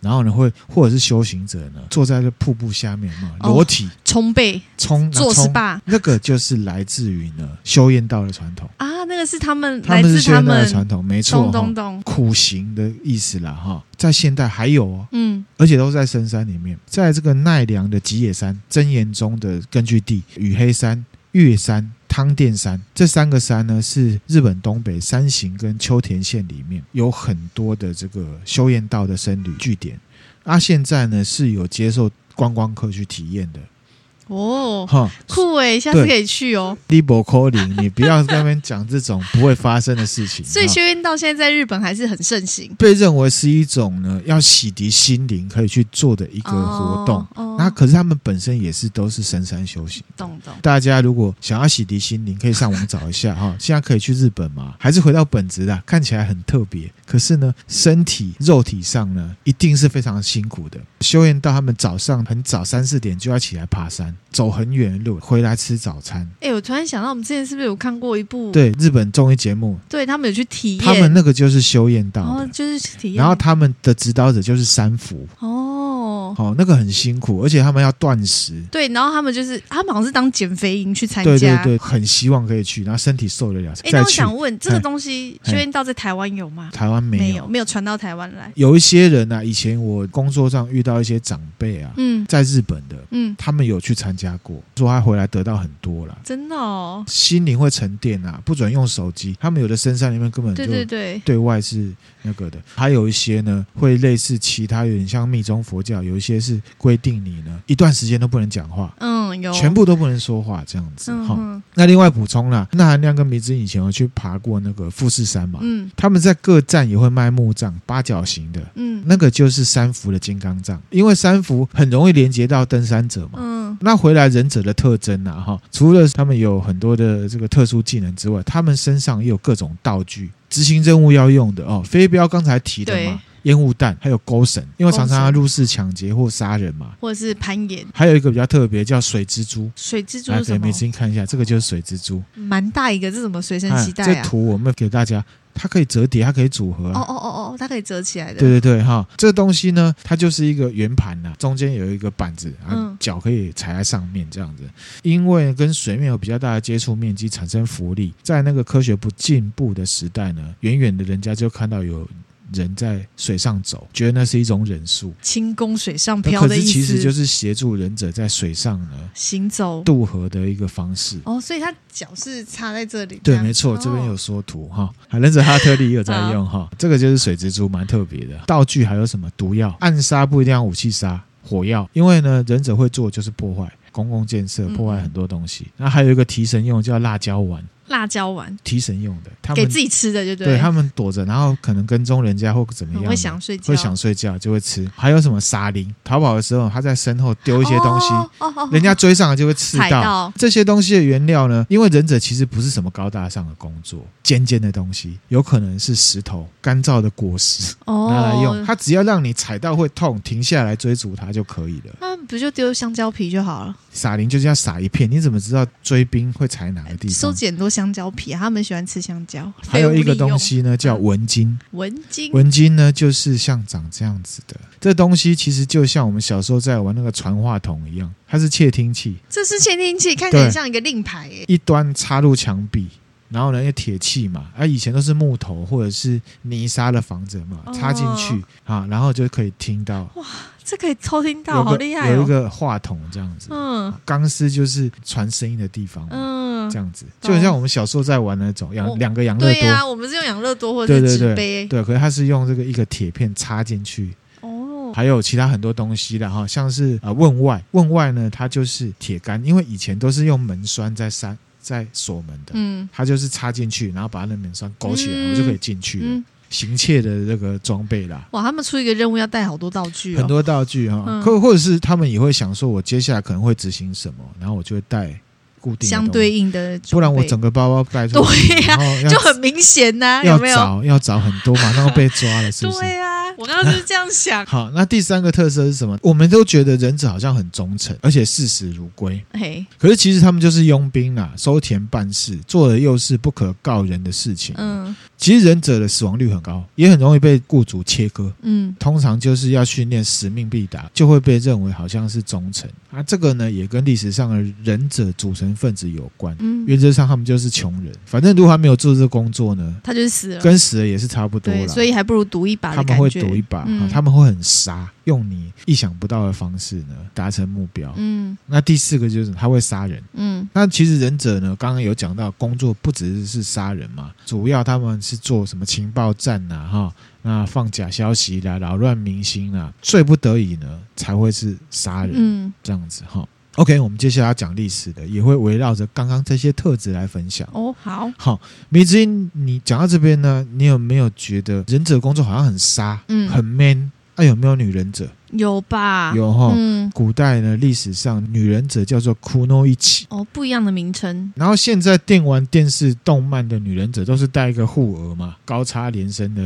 S1: 然后呢，会或者是修行者呢，坐在这瀑布下面嘛，
S2: 哦
S1: 裸体
S2: 冲背
S1: 冲
S2: 做
S1: 冲
S2: SPA
S1: 那个就是来自于呢修验道的传统，
S2: 啊，那个是他们
S1: 他
S2: 来
S1: 们是
S2: 自
S1: 修
S2: 他
S1: 验道的
S2: 们，
S1: 传统，没错哦
S2: 咚
S1: 哈
S2: 咚。咚，
S1: 苦行的意思啦，哈，在现代还有哦，
S2: 嗯，
S1: 而且都在深山里面，在这个奈良的吉野山、真言宗的根据地、羽黑山、月山、汤店山这三个山呢，是日本东北山形跟秋田县里面有很多的这个修验道的僧侣据点，啊，现在呢是有接受观光客去体验的，
S2: 哦，
S1: 哈，
S2: 酷哎，下次
S1: 对
S2: 可以去哦。
S1: l 博 b o calling，你不要在那边讲这种不会发生的事 情。
S2: 所以
S1: 哈
S2: 修炼道现在在日本还是很盛行
S1: 被认为是一种呢要洗涤心灵可以去做的一
S2: 一
S1: 个活动。，
S2: 哦
S1: 那可是他们本身也是都是深山修行。
S2: 懂懂，
S1: 大家如果想要洗涤心灵，可以上网找一下 哈。现在可以去日本嘛？还是回到本职啦，看起来很特别，可是呢，身体肉体上呢，一定是非常辛苦的。修炼到他们早上很早三四点就要起来爬山，走很远的路回来吃早餐。
S2: 哎、我突然想到，我们之前是不是有看过一部？
S1: 对，日本综艺节目，
S2: 对，他们有去体验，
S1: 他们那个就是修炼
S2: 然
S1: 到
S2: 后
S1: 的。
S2: 就是去体验，
S1: 然后他们的指导者就是三福，
S2: 哦，
S1: 哦，那个很辛苦，而且他们要断食。
S2: 对，然后他们就是他们好像是当减肥营去参加。
S1: 对对对，很希望可以去，然后身体受得了
S2: 哎，
S1: 再
S2: 那我
S1: 去。
S2: 想问，这个东西
S1: 嘿
S2: 修炼道在台湾有吗？
S1: 台湾没
S2: 没
S1: 有，
S2: 没有传到台湾来。
S1: 有一些人啊，以前我工作上遇到一些长辈啊，
S2: 嗯
S1: 在日本的，
S2: 嗯，
S1: 他们有去参加过，说他回来得到很多啦，
S2: 真的哦，
S1: 心灵会沉淀啊，不准用手机，他们有的深山里面根本就
S2: 对对对，
S1: 对外是那个的，还有一些呢，会类似其他有点像密宗佛教，有一些是规定你呢一段时间都不能讲话，
S2: 嗯，有
S1: 全部都不能说话这样子
S2: 嗯
S1: 哈。
S2: 嗯
S1: 那另外补充啦，那含亮跟迷之以前有去爬过那个富士山嘛，
S2: 嗯
S1: 他们在各站也会卖木杖，八角形的，
S2: 嗯
S1: 那个就是三福的金刚杖，因为三福很容易连接到登山者嘛。
S2: 嗯
S1: 那回来忍者的特征啊，哈，除了他们有很多的这个特殊技能之外，他们身上也有各种道具，执行任务要用的哦。飞镖刚才提的
S2: 对
S1: 嘛，烟雾弹，还有勾绳，因为常常他
S2: 勾绳
S1: 入室抢劫或杀人嘛。
S2: 或者是攀岩、
S1: 还有一个比较特别叫水蜘蛛，
S2: 水蜘蛛
S1: 来
S2: 是
S1: 给
S2: 什么
S1: 梅？青看一下，这个就是水蜘蛛。
S2: 蛮大一个，这怎么随身
S1: 哎
S2: 携带
S1: 这
S2: 啊？
S1: 图我们给大家，它可以折叠，它可以组合
S2: 哦
S1: 啊。
S2: 哦哦哦，它可以折起来的。
S1: 对对对，哈，这东西呢，它就是一个圆盘呐、中间有一个板子，然后
S2: 嗯
S1: 脚可以踩在上面这样子。因为跟水面有比较大的接触面积，产生浮力。在那个科学不进步的时代呢，远远的人家就看到有人在水上走，觉得那是一种忍术。
S2: 轻功水上
S1: 那
S2: 漂
S1: 可
S2: 的
S1: 是
S2: 意思，
S1: 其实就是协助忍者在水上呢
S2: 行走。
S1: 渡河的一个方式。
S2: 哦，所以它脚是插在这里。这
S1: 对，
S2: 样
S1: 没错，这边
S2: 哦
S1: 有缩图哈，海忍者哈特利也有在 用哈，这个就是水蜘蛛，蛮特别的。道具还有什么毒药？暗杀不一定要武器杀，火药，因为呢，忍者会做的就是破坏公共建设，
S2: 嗯
S1: 破坏很多东西。那还有一个提神用叫辣椒丸，
S2: 辣椒丸，
S1: 提神用的，他
S2: 给
S1: 们
S2: 自己吃的就对
S1: 对他们躲着，然后可能跟踪人家或怎么样
S2: 很
S1: 的，
S2: 会想睡觉，
S1: 会想睡觉就会吃。还有什么沙林？逃跑的时候他在身后丢一些东西，
S2: 哦哦哦哦
S1: 人家追上来就会刺
S2: 踩到
S1: 这些东西的原料呢，因为忍者其实不是什么高大上的工作，尖尖的东西有可能是石头、干燥的果实
S2: 哦
S1: 拿来用，它只要让你踩到会痛，停下来追逐它就可以了。
S2: 那不就丢香蕉皮就好了？
S1: 撒铃就是要撒一片，你怎么知道追兵会踩哪个地
S2: 收
S1: 方？
S2: 集很多香蕉皮、啊，他们喜欢吃香蕉。
S1: 还有一个
S2: 废物利用
S1: 东，西呢，叫文巾。
S2: 文巾，
S1: 文巾呢，就是像长这样子的。这东西其实就像我们小时候在玩那个传话筒一样，它是窃听器，
S2: 这是窃听器，看起来
S1: 对
S2: 像一个令牌耶。
S1: 一端插入墙壁，然后呢，用铁器嘛，啊，以前都是木头或者是泥沙的房子嘛，
S2: 哦
S1: 插进去、啊，然后就可以听到，
S2: 这可以偷听
S1: 有
S2: 到，
S1: 个
S2: 好厉害
S1: 有一
S2: 哦！
S1: 个话筒这样子，
S2: 嗯
S1: 钢丝就是传声音的地方嘛，
S2: 嗯
S1: 这，样子，就很像我们小时候在玩那种养
S2: 哦
S1: 两个养乐
S2: 对
S1: 多，
S2: 呀，我们是用养乐多或者
S1: 对
S2: 是
S1: 对
S2: 纸杯
S1: 对，可是它是用这个一个铁片插进去，
S2: 哦，
S1: 还有其他很多东西的哈，像是啊、呃问外，问外呢，它就是铁杆，因为以前都是用门栓在栓在锁门的，
S2: 嗯
S1: 它就是插进去，然后把那门栓勾起来，
S2: 嗯
S1: 我就可以进去了。
S2: 嗯，
S1: 行窃的这个装备啦，
S2: 哇，他们出一个任务要带好多道具哦，
S1: 很多道具哈，
S2: 嗯
S1: 或、或者是他们也会想说，我接下来可能会执行什么，然后我就会带固定的东西
S2: 相对，应的装备，
S1: 不然我整个包包带出去，
S2: 对呀
S1: 然
S2: 啊
S1: 后要
S2: 就很明显呐，有
S1: 要
S2: 没有？
S1: 找要找很多， 马上要被抓了，是不是？。
S2: 对啊呀，我刚刚就是这样想
S1: 好，那第三个特色是什么？我们都觉得忍者好像很忠诚，而且视死如归。
S2: 嘿，
S1: 可是其实他们就是佣兵啊，收田办事，做了又是不可告人的事情。
S2: 嗯
S1: 其实忍者的死亡率很高，也很容易被雇主切割。
S2: 嗯，
S1: 通常就是要训练使命必达，就会被认为好像是忠诚啊。这个呢，也跟历史上的忍者组成分子有关。
S2: 嗯
S1: 原则上他们就是穷人，反正如果他没有做这工作呢，
S2: 他就是死了。
S1: 跟死了也是差不多
S2: 对，
S1: 了。
S2: 所以还不如赌一把
S1: 他
S2: 的
S1: 们
S2: 感
S1: 会
S2: 觉。
S1: 赌一把、
S2: 嗯
S1: 啊他们会很杀，用你意想不到的方式呢达成目标。
S2: 嗯
S1: 那第四个就是他会杀人。
S2: 嗯
S1: 那其实忍者呢，刚刚有讲到，工作不只是杀人嘛，主要他们是做什么情报站呐、哈，那放假消息啦，扰乱民心啦，最不得已呢才会是杀人、
S2: 嗯，
S1: 这样子哈。OK，我们接下来要讲历史的，也会围绕着刚刚这些特质来分享。
S2: 哦，好，
S1: 好，迷之音，你讲到这边呢，你有没有觉得忍者工作好像很杀，
S2: 嗯
S1: 很 man？啊，有没有女忍者？
S2: 有吧？，
S1: 有哈。
S2: 嗯，
S1: 古代呢，历史上女忍者叫做 kuno 一起，
S2: 哦，不一样的名称，
S1: 然后现在电玩、电视、动漫的女忍者都是戴一个护额嘛，高叉连身 的，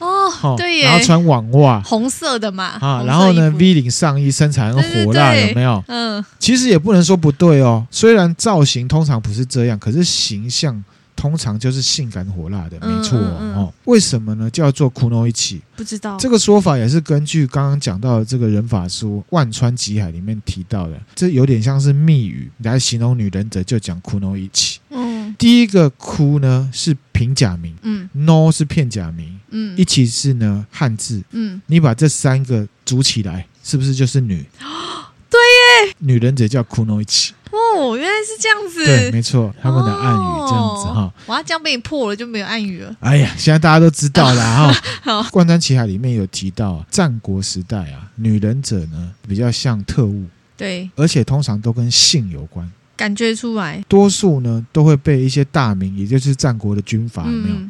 S2: 哦
S1: 齁，
S2: 对耶
S1: 然，后穿网袜
S2: 红色的嘛，
S1: 啊，
S2: 红色
S1: 然后呢
S2: 衣服
S1: ，V 领上衣，身材很火辣，
S2: 对对对
S1: 有没有？
S2: 嗯，
S1: 其实也不能说不对哦，虽然造型通常不是这样，可是形象通常就是性感火辣的，
S2: 嗯
S1: 没错哦。
S2: 嗯哦嗯
S1: 哦为什么呢？叫做 kuno 一起，
S2: 不知道
S1: 这个说法也是根据刚刚讲到的这个人法书《万川集海》里面提到的，这有点像是密语来形容女忍者，就讲 kuno 一起。
S2: 嗯
S1: 第一个哭呢是平假名
S2: 嗯
S1: ，no 是片假名，
S2: 嗯
S1: 一起是呢汉字。
S2: 嗯，
S1: 你把这三个组起来，是不是就是女？
S2: 对
S1: 耶，女忍者叫 kuno 一起，
S2: 哦，原来是这样
S1: 对，
S2: 子，
S1: 没错，他们的暗语这样子哈。
S2: 哇，这样被你破了就没有暗语了，
S1: 哎呀，现在大家都知道啦哈。
S2: 好
S1: 《灌篮奇海》里面有提到啊，战国时代啊，女忍者呢比较像特务，
S2: 对，
S1: 而且通常都跟性有关，
S2: 感觉出来，
S1: 啊多数呢都会被一些大名，也就是战国的军阀有没有
S2: 嗯，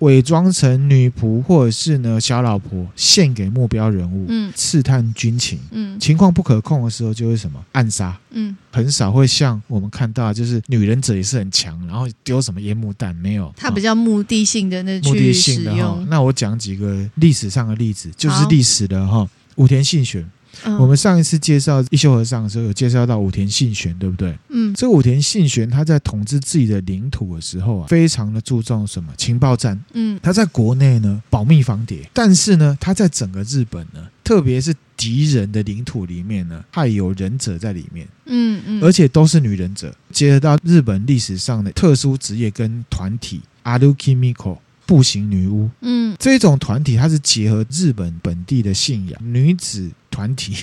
S1: 伪装成女仆或者是呢小老婆，献给目标人物，
S2: 嗯
S1: 刺探军情。
S2: 嗯
S1: 情况不可控的时候，就会什么暗杀，
S2: 嗯，
S1: 很少会像我们看到，就是女忍者也是很强，然后丢什么烟幕弹没有，哦
S2: 它比较目的性的那
S1: 目的
S2: 去
S1: 性
S2: 使
S1: 的哦哈。
S2: 用。
S1: 那我讲几个历史上的例子，就是
S2: 好
S1: 历史的哈。武田信玄，
S2: 嗯
S1: 我们上一次介绍一休和尚的时候，有介绍到武田信玄，对不对？
S2: 嗯
S1: 这个武田信玄他在统治自己的领土的时候啊，非常的注重什么情报战。
S2: 嗯
S1: 他在国内呢保密防谍，但是呢，他在整个日本呢，特别是敌人的领土里面呢，还有忍者在里面，
S2: 嗯嗯，
S1: 而且都是女忍者。结合到日本历史上的特殊职业跟团体 Aruki Miko 步行女巫
S2: 嗯
S1: 这种团体，它是结合日本本地的信仰女子团体，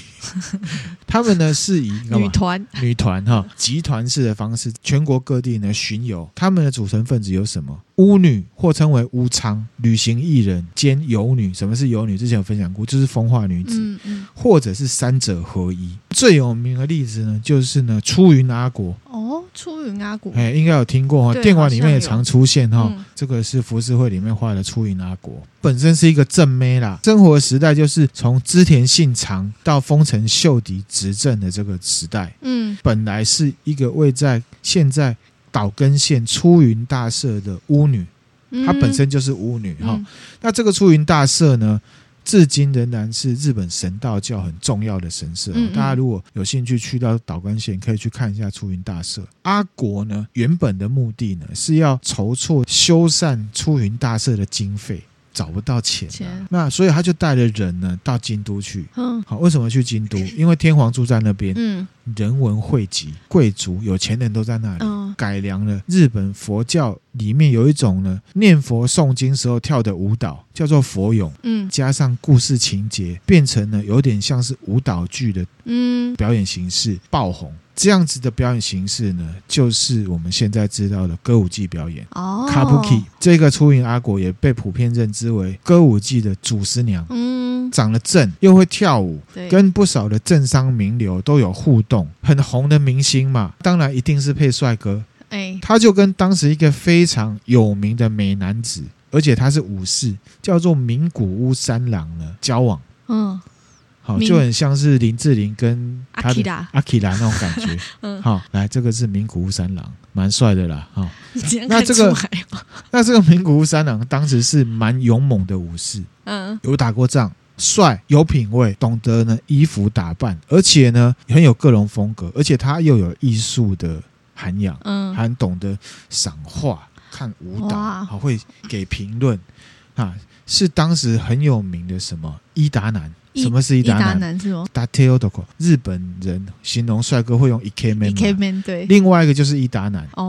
S1: 他们呢是以干嘛
S2: 女团
S1: 女团哈，集团式的方式，全国各地呢巡游。他们的组成分子有什么？巫女，或称为巫娼、旅行艺人兼游女。什么是游女？之前有分享过，就是风化女子，
S2: 嗯嗯
S1: 或者是三者合一。最有名的例子呢，就是呢出云阿国，
S2: 哦，出云阿古
S1: 哎，应该有听过哈，
S2: 对
S1: 电玩里面也
S2: 好像有
S1: 常出现哈。
S2: 嗯
S1: 这个是浮世绘里面画的出云阿国，本身是一个正妹啦。生活时代就是从织田信长到丰臣秀吉执政的这个时代。
S2: 嗯
S1: 本来是一个位在现在岛根县出云大社的巫女，
S2: 嗯，
S1: 她本身就是巫女哈、
S2: 嗯
S1: 那这个出云大社呢，至今仍然是日本神道教很重要的神社、哦
S2: 嗯嗯
S1: 大家如果有兴趣去到岛根县，可以去看一下出云大社。阿国呢，原本的目的呢是要筹措修缮出云大社的经费，找不到钱,、啊、
S2: 钱
S1: 那所以他就带了人呢到京都去。
S2: 嗯
S1: 好，为什么去京 都？因为天皇住在那边，
S2: 嗯
S1: 人文汇集，贵族、有钱人都在那里。
S2: 嗯
S1: 改良了日本佛教里面有一种呢念佛诵经时候跳的舞蹈，叫做佛咏，
S2: 嗯
S1: 加上故事情节，变成了有点像是舞蹈剧的
S2: 嗯
S1: 表演形式，爆红。这样子的表演形式呢，就是我们现在知道的歌舞伎表演。
S2: 哦
S1: Kabuki 这个出云阿国也被普遍认知为歌舞伎的祖师娘，
S2: 嗯
S1: 长得正又会跳舞，
S2: 对
S1: 跟不少的政商名流都有互动，很红的明星嘛，当然一定是配帅哥。
S2: 哎
S1: 他就跟当时一个非常有名的美男子，而且他是武士，叫做名古屋三郎呢交往，
S2: 嗯
S1: 好，
S2: 名
S1: 就很像是林志玲跟他的
S2: Akira
S1: 阿基拉那种感觉。
S2: 嗯，
S1: 好，来这个是名古屋三郎，蛮帅的啦。好，
S2: 你 这样
S1: 那
S2: 看
S1: 这
S2: 出
S1: 个
S2: 来吗
S1: 那这个名古屋三郎当时是蛮勇猛的武士，
S2: 嗯
S1: 有打过仗，帅，有品味，懂得呢衣服打扮，而且呢很有个人风格，而且他又有艺术的涵养，
S2: 嗯
S1: 还懂得赏画、看舞蹈，
S2: 哇
S1: 好会给评论啊，是当时很有名的什么伊达男？
S2: 伊
S1: 什么是伊
S2: 一
S1: 达
S2: 达
S1: 男？
S2: 男是吗
S1: d a t e o d o k o 日本人形容帅哥会用
S2: e
S1: ikemen，
S2: k
S1: 嘛
S2: man 对
S1: 另外一个就是伊达男，
S2: 어.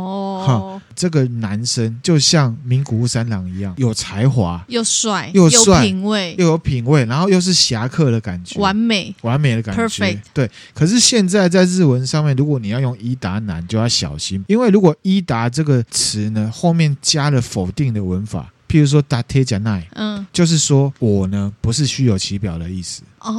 S2: 哦，
S1: 这个男生就像名古屋三郎一样，有才华，
S2: 又帅
S1: 又帅
S2: 品味
S1: 又有品味，然后又是侠客的感觉，
S2: 完美，
S1: 完美的感觉。
S2: Perfect
S1: 对，可是现在在日文上面，如果你要用伊达男，就要小心，因为如果伊达这个词呢，后面加了否定的文法，譬如说达铁加奈。
S2: 嗯
S1: 就是说我呢不是虚有其表的意思啊、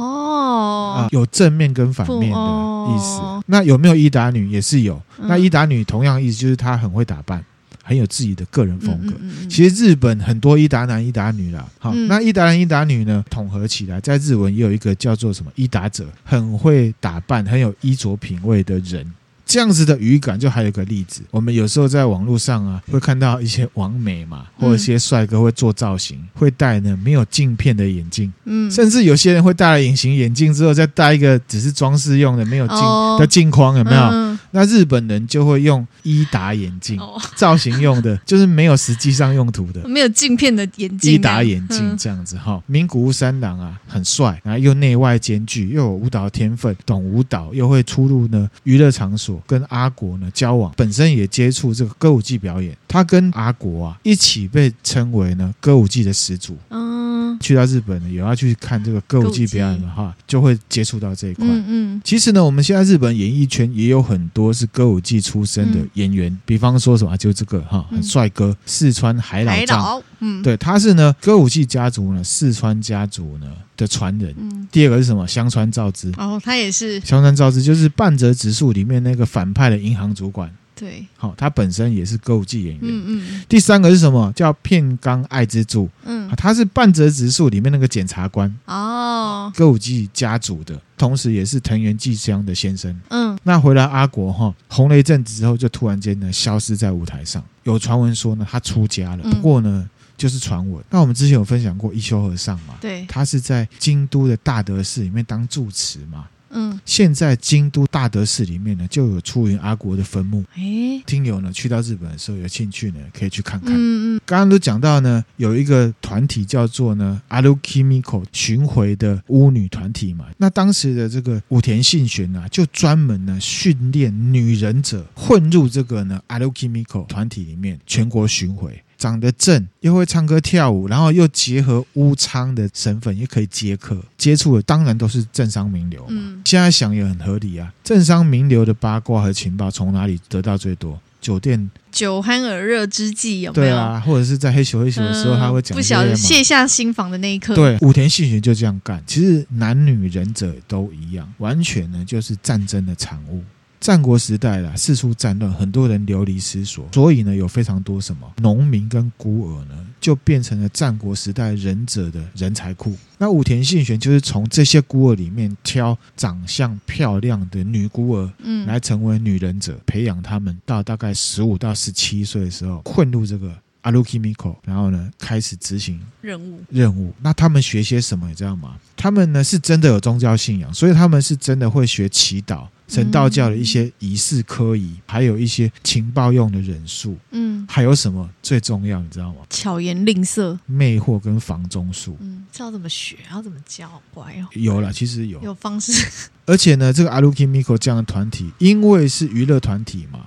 S2: 哦，
S1: 有正面跟反面的意思。
S2: 不哦
S1: 那有没有伊达女也是有，
S2: 嗯
S1: 那伊达女同样意思就是她很会打扮，很有自己的个
S2: 음,
S1: 人风格。
S2: 嗯
S1: 其实日本很多伊达男、伊达女啦，好，
S2: 嗯
S1: 那伊达男、伊达女呢，统合起来，在日文也有一个叫做什么伊达者，很会打扮、很有衣着品味的人。这样子的语感，就还有一个例子，我们有时候在网络上啊，会看到一些网美嘛，
S2: 嗯
S1: 或者一些帅哥会做造型，会戴呢没有镜片的眼镜，
S2: 嗯
S1: 甚至有些人会戴了隐形眼镜之后，再戴一个只是装饰用的没有镜、
S2: 哦
S1: 的镜框，有没有？
S2: 嗯
S1: 那日本人就会用伊达眼镜，
S2: 哦，
S1: 造型用的， 就是没有实际上用途的。
S2: 어. 没有镜片的眼镜啊，
S1: 伊达眼镜这样子哈，嗯名古屋三郎啊，很帅，然后又内外兼具，又有舞蹈天分，懂舞蹈，又会出入呢娱乐场所，跟阿国呢交往，本身也接触这个歌舞伎表演。他跟阿国啊一起被称为呢歌舞伎的始祖。
S2: 嗯，
S1: 去到日本呢，有要去看这个歌舞伎表演的话，嗯就会接触到这一块。
S2: 嗯嗯
S1: 其实呢，我们现在日本演艺圈也有很多是歌舞伎出身的
S2: 嗯
S1: 演员，比方说什么，啊就这个哈，
S2: 嗯
S1: 很帅哥，四川海老
S2: 海
S1: 丈，
S2: 老，嗯，，
S1: 对，他是呢歌舞伎家族呢，四川家族呢的传人。
S2: 嗯，
S1: 第二个是什么？香川照之，
S2: 哦，他也是，
S1: 香川照之就是半泽直树里面那个反派的银行主管，
S2: 对，
S1: 好、他本身也是歌舞伎演员。
S2: 嗯嗯
S1: 第三个是什么？叫片冈爱之助，
S2: 嗯
S1: 啊他是半泽直树里面那个检察官，
S2: 嗯，哦，
S1: 歌舞伎家族的，同时也是藤原纪香的先生。
S2: 嗯
S1: 那回来阿国哈，红了一阵子之后，就突然间呢消失在舞台上。有传闻说呢，他出家了，
S2: 嗯
S1: 不过呢就是传闻。那我们之前有分享过一休和尚嘛，
S2: 对，
S1: 他是在京都的大德寺里面当住持嘛。
S2: 嗯，
S1: 现在京都大德寺里面呢，就有出云阿国的坟墓。
S2: 诶，
S1: 听友呢去到日本的时候有兴趣呢，可以去看看。
S2: 嗯嗯
S1: 刚刚都讲到呢，有一个团体叫做呢 Alukimiko 巡回的巫女团体嘛。那当时的这个武田信玄啊，就专门呢训练女忍者混入这个呢 Alukimiko 团体里面，全国巡回。长得正，又会唱歌跳舞，然后又结合乌昌的身份，也可以接客，接触的当然都是政商名流嘛。
S2: 嗯
S1: 现在想也很合理啊，政商名流的八卦和情报从哪里得到最多？酒店
S2: 酒酣耳热之际有没
S1: 对
S2: 有？
S1: 啊，或者是在嘿咻嘿咻的时候，
S2: 嗯
S1: 他会讲
S2: 不
S1: 一些
S2: 小心
S1: 嘛。
S2: 卸下心防的那一刻，，
S1: 对，武田信玄就这样干。其实男女忍者都一样，完全呢就是战争的产物。战国时代啦，四处战乱，很多人流离失所，所以呢有非常多什么农民跟孤儿呢，就变成了战国时代忍者的人才库。那武田信玄就是从这些孤儿里面挑长相漂亮的女孤儿
S2: 嗯，
S1: 来成为女忍者，培养他们到大概十五到十七岁的时候，混入这个阿鲁基米口，然后呢开始执行
S2: 任务，
S1: 任务。那他们学些什么，你知道吗？他们呢是真的有宗教信仰，所以他们是真的会学祈祷、神道教的一些仪式科仪，还有一些情报用的忍术，
S2: 嗯，
S1: 还有什么最重要，你知道吗？
S2: 巧言令色，
S1: 魅惑跟防中术。
S2: 嗯，这要怎么学，要怎么教，乖哦，
S1: 有了，其实有，
S2: 有方式，
S1: 而且呢，这个阿鲁基米口这样的团体，因为是娱乐团体嘛，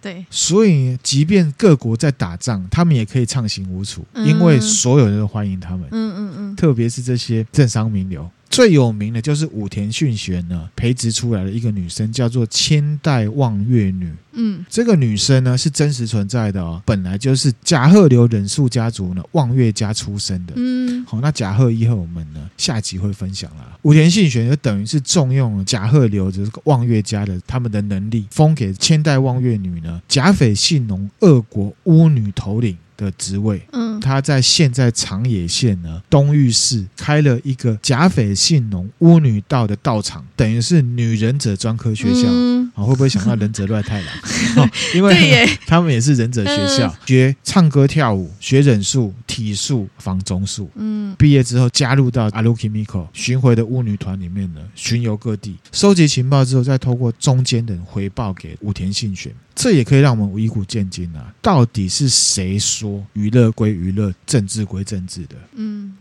S2: 对，
S1: 所以，即便各国在打仗，他们也可以畅行无阻，
S2: 嗯
S1: 因为所有人都欢迎他们，
S2: 嗯嗯嗯，
S1: 特别是这些政商名流。最有名的就是武田信玄呢培植出来的一个女生，叫做千代望月女。
S2: 嗯
S1: 这个女生呢是真实存在的哦，本来就是甲贺流忍术家族呢望月家出身的。
S2: 嗯
S1: 好，那甲贺一贺我们呢下集会分享啦。武田信玄就等于是重用了甲贺流这个望月家的他们的能力，封给千代望月女呢甲斐信浓二国巫女头领的职位。
S2: 嗯，
S1: 他在现在长野县呢东御市开了一个甲斐信浓巫女道的道场，等于是女忍者专科学校。
S2: 嗯
S1: 啊、会不会想到忍者乱 太郎？ 哦、因为
S2: 对耶，嗯
S1: 他们也是忍者学校，学唱歌跳舞，学忍术、体术、防中术。
S2: 嗯
S1: 毕业之后加入到 Alukimiko 巡回的巫女团里面呢，巡游各地，收集情报之后，再透过中间人回报给武田信玄。这也可以让我们以古见今啊，到底是谁说娱乐归娱乐，政治归政治的？
S2: 嗯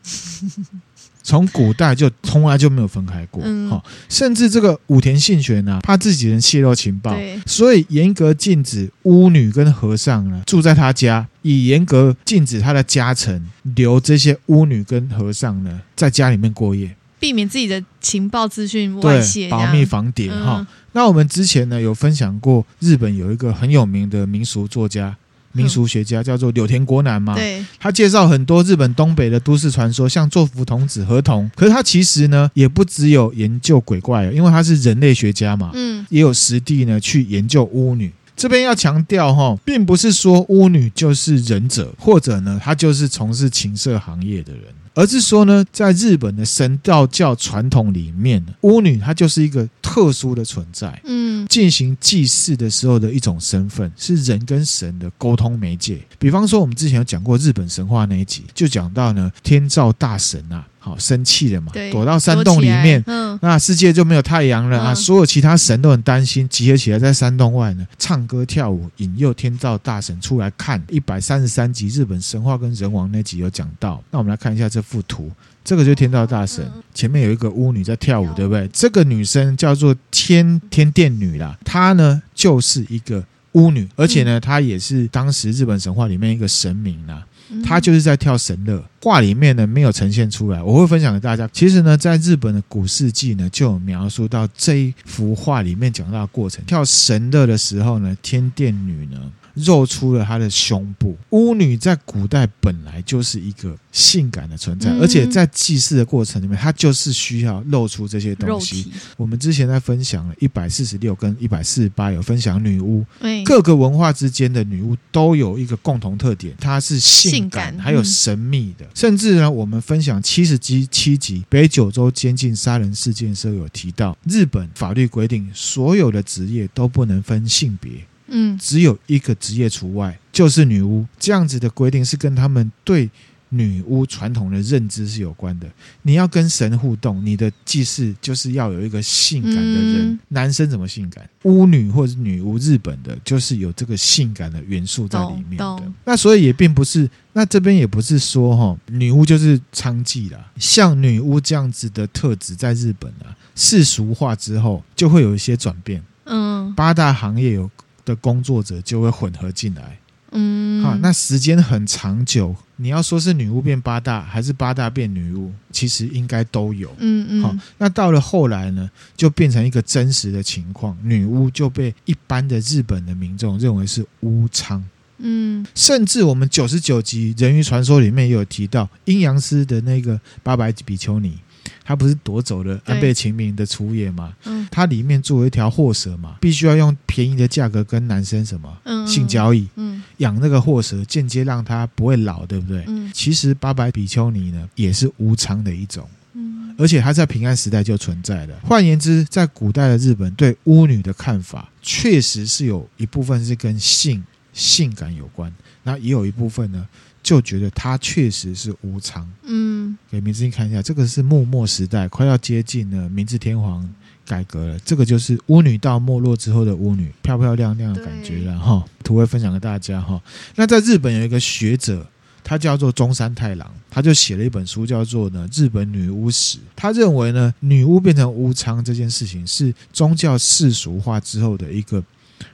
S1: 从古代就从来就没有分开过，好、
S2: 嗯
S1: 甚至这个武田信玄呢、怕自己人泄露情报，
S2: 对
S1: 所以严格禁止巫女跟和尚呢住在他家，以严格禁止他的家臣留这些巫女跟和尚呢在家里面过夜，
S2: 避免自己的情报资讯外
S1: 对，
S2: 泄，
S1: 保密防谍
S2: 嗯
S1: 哈、那我们之前呢有分享过，日本有一个很有名的民俗作家、民俗学家，叫做柳田国男嘛，
S2: 对，
S1: 他介绍很多日本东北的都市传说，像做福童子、河童。可是他其实呢，也不只有研究鬼怪哦，因为他是人类学家嘛，
S2: 嗯
S1: 也有实地呢去研究巫女。这边要强调哈、并不是说巫女就是忍者，或者呢她就是从事情色行业的人，而是说呢，在日本的神道教传统里面，巫女她就是一个特殊的存在。
S2: 嗯
S1: 进行祭祀的时候的一种身份，是人跟神的沟通媒介。比方说，我们之前有讲过日本神话那一集，就讲到呢，天照大神啊，好生气了嘛
S2: 对，
S1: 躲到山洞里面
S2: 躲起来，嗯
S1: 那世界就没有太阳了啊！
S2: 嗯
S1: 所有其他神都很担心，集合起来在山洞外呢唱歌跳舞，引诱天照大神出来看。一百三十三集日本神话跟人王那集有讲到，那我们来看一下这幅图，这个就是天照大神
S2: 嗯嗯，
S1: 前面有一个巫女在跳舞，对不对？这个女生叫做天天殿女啦，她呢就是一个。巫女，而且呢，她也是当时日本神话里面一个神明啦、
S2: 嗯
S1: 他就是在跳神乐。画里面呢没有呈现出来，我会分享给大家。其实呢，在日本的古世纪呢，就有描述到这一幅画里面讲到的过程。跳神乐的时候呢，天殿女呢。露出了她的胸部。巫女在古代本来就是一个性感的存在，
S2: 嗯
S1: 而且在祭祀的过程里面，她就是需要露出这些
S2: 肉
S1: 东西。
S2: 体，
S1: 我们之前在分享了一百四十六跟一百四十八有分享女巫，
S2: 对，
S1: 各个文化之间的女巫都有一个共同特点，它是性感，
S2: 性感嗯
S1: 还有神秘的。甚至呢，我们分享七十集七集北九州监禁杀人事件的时候有提到，日本法律规定所有的职业都不能分性别，
S2: 嗯
S1: 只有一个职业除外，就是女巫。这样子的规定是跟他们对女巫传统的认知是有关的。你要跟神互动，你的祭祀就是要有一个性感的人。
S2: 嗯
S1: 男生怎么性感？巫女或者是女巫，日本的就是有这个性感的元素在里面
S2: 懂
S1: 的
S2: 懂。
S1: 那所以也并不是，那这边也不是说哈、女巫就是娼妓啦。像女巫这样子的特质，在日本啊世俗化之后，就会有一些转变。
S2: 嗯
S1: 八大行业有的工作者就会混合进来。
S2: 嗯，
S1: 好、那时间很长久，你要说是女巫变八大，还是八大变女巫，其实应该都有。
S2: 嗯嗯
S1: 好、那到了后来呢，就变成一个真实的情况，女巫就被一般的日本的民众认为是巫娼，
S2: 嗯
S1: 甚至我们九十九集《人鱼传说》里面也有提到阴阳师的那个八百比丘尼，她不是夺走了安倍晴明的初夜吗？
S2: 嗯
S1: 它里面作为一条货蛇嘛，必须要用便宜的价格跟男生什么
S2: 嗯
S1: 性，交易，
S2: 嗯
S1: 养那个货蛇，间接让它不会老，对不对？
S2: 嗯
S1: 其实八百比丘尼呢，也是无常的一种，
S2: 嗯，
S1: 而且它在平安时代就存在了。换言之，在古代的日本对巫女的看法，确实是有一部分是跟性性感有关，那也有一部分呢，就觉得它确实是无常。
S2: 嗯
S1: 给明治你看一下，这个是幕末时代，快要接近了明治天皇改革了。这个就是巫女到没落之后的巫女，漂漂亮亮的感觉了哈。图会分享给大家哈。那在日本有一个学者，他叫做中山太郎，他就写了一本书，叫做呢《日本女巫史》。他认为呢，女巫变成巫娼这件事情是宗教世俗化之后的一个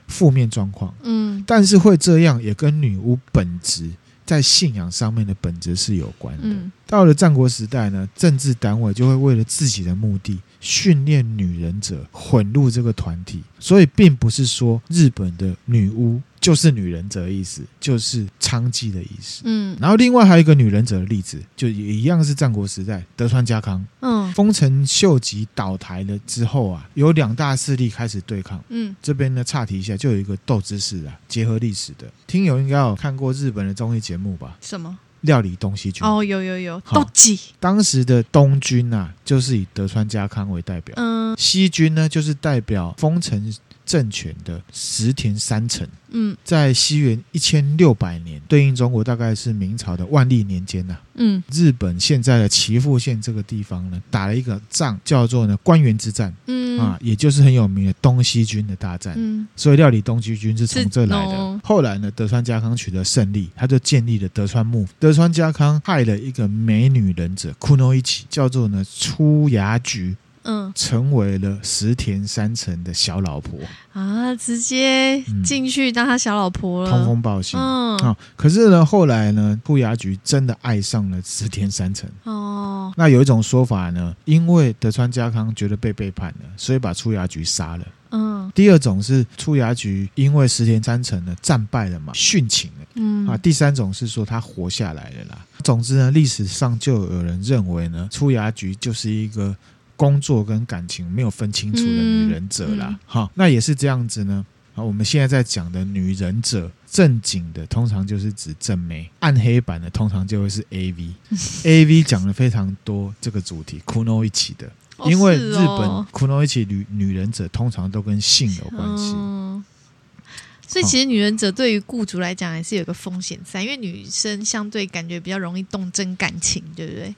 S1: 负面状况。
S2: 嗯
S1: 但是会这样，也跟女巫本质在信仰上面的本质是有关的。
S2: 嗯
S1: 到了战国时代呢，政治单位就会为了自己的目的训练女忍者混入这个团体，所以并不是说日本的女巫就是女忍者的意思，就是娼妓的意思。
S2: 嗯
S1: 然后另外还有一个女忍者的例子，就也一样是战国时代德川家康，
S2: 嗯
S1: 丰臣秀吉倒台了之后啊，有两大势力开始对抗。
S2: 嗯
S1: 这边呢，岔题一下，就有一个斗知识啊，结合历史的听友应该有看过日本的综艺节目吧，
S2: 什么？
S1: 《料理东西君》。
S2: 哦，有有有，
S1: 好
S2: 斗鸡，
S1: 当时的东军啊，就是以德川家康为代表；
S2: 嗯
S1: 西军呢，就是代表丰臣政权的石田三成。
S2: 嗯
S1: 在西元一千六百年，对应中国大概是明朝的万历年间呐、
S2: 嗯
S1: 日本现在的岐阜县这个地方呢，打了一个仗，叫做呢官员之战、
S2: 嗯
S1: 啊，也就是很有名的东西军的大战。
S2: 嗯
S1: 所以料理东西军是从这来
S2: 是
S1: 的
S2: 哦。
S1: 后来呢，德川家康取得胜利，他就建立了德川幕府。德川家康派了一个美女忍者库诺伊奇，叫做呢出牙菊，
S2: 嗯
S1: 成为了石田三成的小老婆，
S2: 啊，直接进去当他小老婆
S1: 嗯通
S2: 了，
S1: 风报信。
S2: 嗯
S1: 啊、可是呢，后来呢，出牙菊真的爱上了石田三成。
S2: 哦，
S1: 那有一种说法呢，因为德川家康觉得被背叛了，所以把出牙菊杀了。
S2: 嗯
S1: 第二种是出牙菊因为石田三成呢战败了嘛，殉情了。
S2: 嗯
S1: 啊，第三种是说他活下来了啦。总之呢，历史上就有人认为呢，出牙局就是一个工作跟感情没有分清楚的女忍者啦
S2: 嗯嗯。
S1: 哈、那也是这样子呢。啊，我们现在在讲的女忍者，正经的通常就是指正妹，暗黑版的通常就会是 A V。A V 讲了非常多这个主题，Kuno 一起的，
S2: 哦
S1: 因为
S2: 是
S1: 日
S2: 哦
S1: 本 Kuno 一起女女忍者通常都跟性有关系。
S2: 嗯所以其实女忍者对于雇主来讲还是有个风险在，因为女生相对感觉比较容易动真感情，对不对？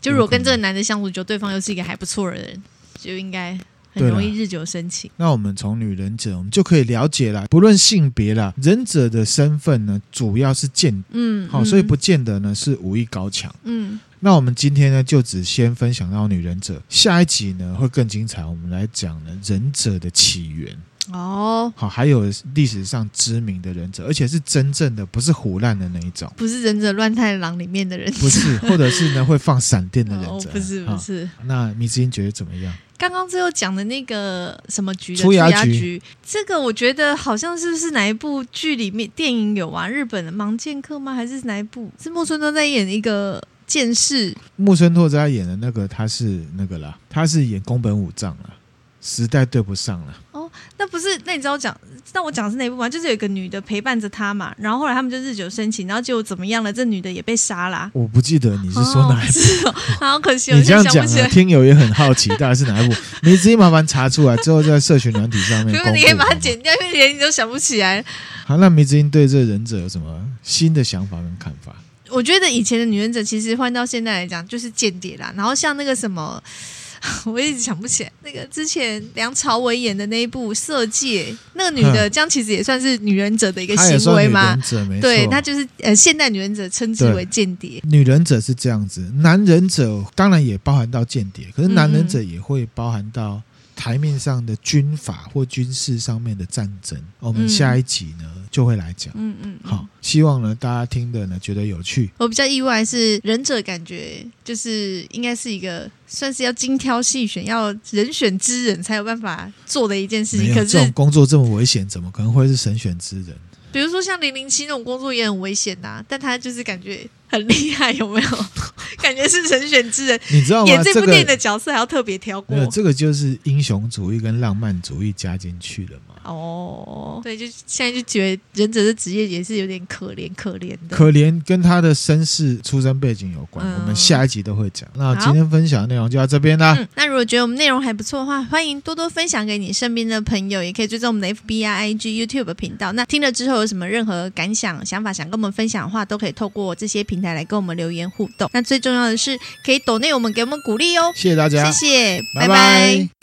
S2: 就如果跟这个男的相处久，对方又是一个还不错的人，就应该很容易日久生情。
S1: 那我们从女忍者，我们就可以了解啦，不论性别啦，忍者的身份呢，主要是间
S2: 嗯，
S1: 好、
S2: 嗯
S1: 所以不，见得呢是武艺高强。
S2: 嗯
S1: 那我们今天呢，就只先分享到女忍者，下一集呢会更精彩，我们来讲呢忍者的起源。
S2: 哦，
S1: 好，还有历史上知名的忍者，而且是真正的，不是胡乱的那一种，
S2: 不是忍者乱太郎里面的忍者，
S1: 不 是，或者是呢会放闪电的忍
S2: 哦
S1: 者，
S2: 不是
S1: 啊
S2: 不是。
S1: 那米之音觉得怎么样？
S2: 刚刚最后讲的那个什么局的
S1: 出牙
S2: 牙
S1: 局
S2: 局，这个我觉得好像是不是哪一部剧里面电影有啊？日本的《盲剑客》吗？还是哪一部？是木村都在演一个剑士
S1: 木村拓哉演的那个他是那个啦，他是演宫本武藏啦，时代对不上了。
S2: 那不是？那你知道我讲，那我讲的是哪一部吗？就是有一个女的陪伴着他嘛，然后后来他们就日久生情，然后结果怎么样了？这女的也被杀啦、
S1: 我不记得你是说哪
S2: 哦
S1: 一部，
S2: 是 哦，好可惜，我
S1: 你这
S2: 现
S1: 样
S2: 在想
S1: 讲
S2: 不起
S1: 啊，
S2: 来。
S1: 听友也很好奇，到底是哪一部？ 你自己麻烦查出来，之后在社群软体上面
S2: 如
S1: 公
S2: 果
S1: 布。
S2: 你可以把它
S1: 好吗
S2: 剪掉，因为连你都想不起来。
S1: 好，那迷之音对这忍者有什么新的想法跟看法？
S2: 我觉得以前的女忍者其实换到现在来讲就是间谍啦，然后像那个什么。 我一直想不起来那个之前梁朝伟演的那一部《色戒》，那个女的，这样其实也算是女忍者的一个
S1: 他嗯也
S2: 行
S1: 说
S2: 为
S1: 女
S2: 吗
S1: 忍？者没错，
S2: 对，她就是呃，现代女忍者称之
S1: 对
S2: 为间谍。
S1: 女忍者是这样子，男忍者当然也包含到间谍，可是男忍者也会包含到台面上的军法或军事上面的战争。我们
S2: 嗯
S1: 下一集呢就会来讲。
S2: 嗯嗯，嗯
S1: 好，希望呢大家听的呢觉得有趣。
S2: 我比较意外是忍者，感觉就是应该是一个算是要精挑细选，要人选之人才有办法做的一件事
S1: 没
S2: 情。
S1: 有
S2: 可
S1: 这种
S2: 是，
S1: 工作这么危险，怎么可能会是神选之人？
S2: 比如说像零零七那种工作也很危险呐、但他就是感觉很厉害，有 没有？感觉是人选之人，
S1: 你知道吗
S2: 演？这
S1: 哦这
S2: 部电影
S1: 个
S2: 的角色还要特别挑过
S1: 没。有，这个就是英雄主义跟浪漫主义加进去了嘛。
S2: 哦，对，就现在就觉得忍者的职业也是有点可怜可怜的。
S1: 可怜跟他的身世、出身背景有关，
S2: 嗯
S1: 我们下一集都会讲。那
S2: 好
S1: 今天分享的内容就到这边啦。
S2: 嗯，那如果觉得我们内容还不错的话，欢迎多多分享给你身边的朋友，也可以追踪我们的 FB 啊、IG、YouTube 频道。那听了之后有什么任何感想、想法想跟我们分享的话，都可以透过这些平台来跟我们留言互动。那最重要的是，可以抖内我们给我们鼓励哦，
S1: 谢谢大家，
S2: 谢谢，
S1: 拜
S2: 拜拜
S1: 拜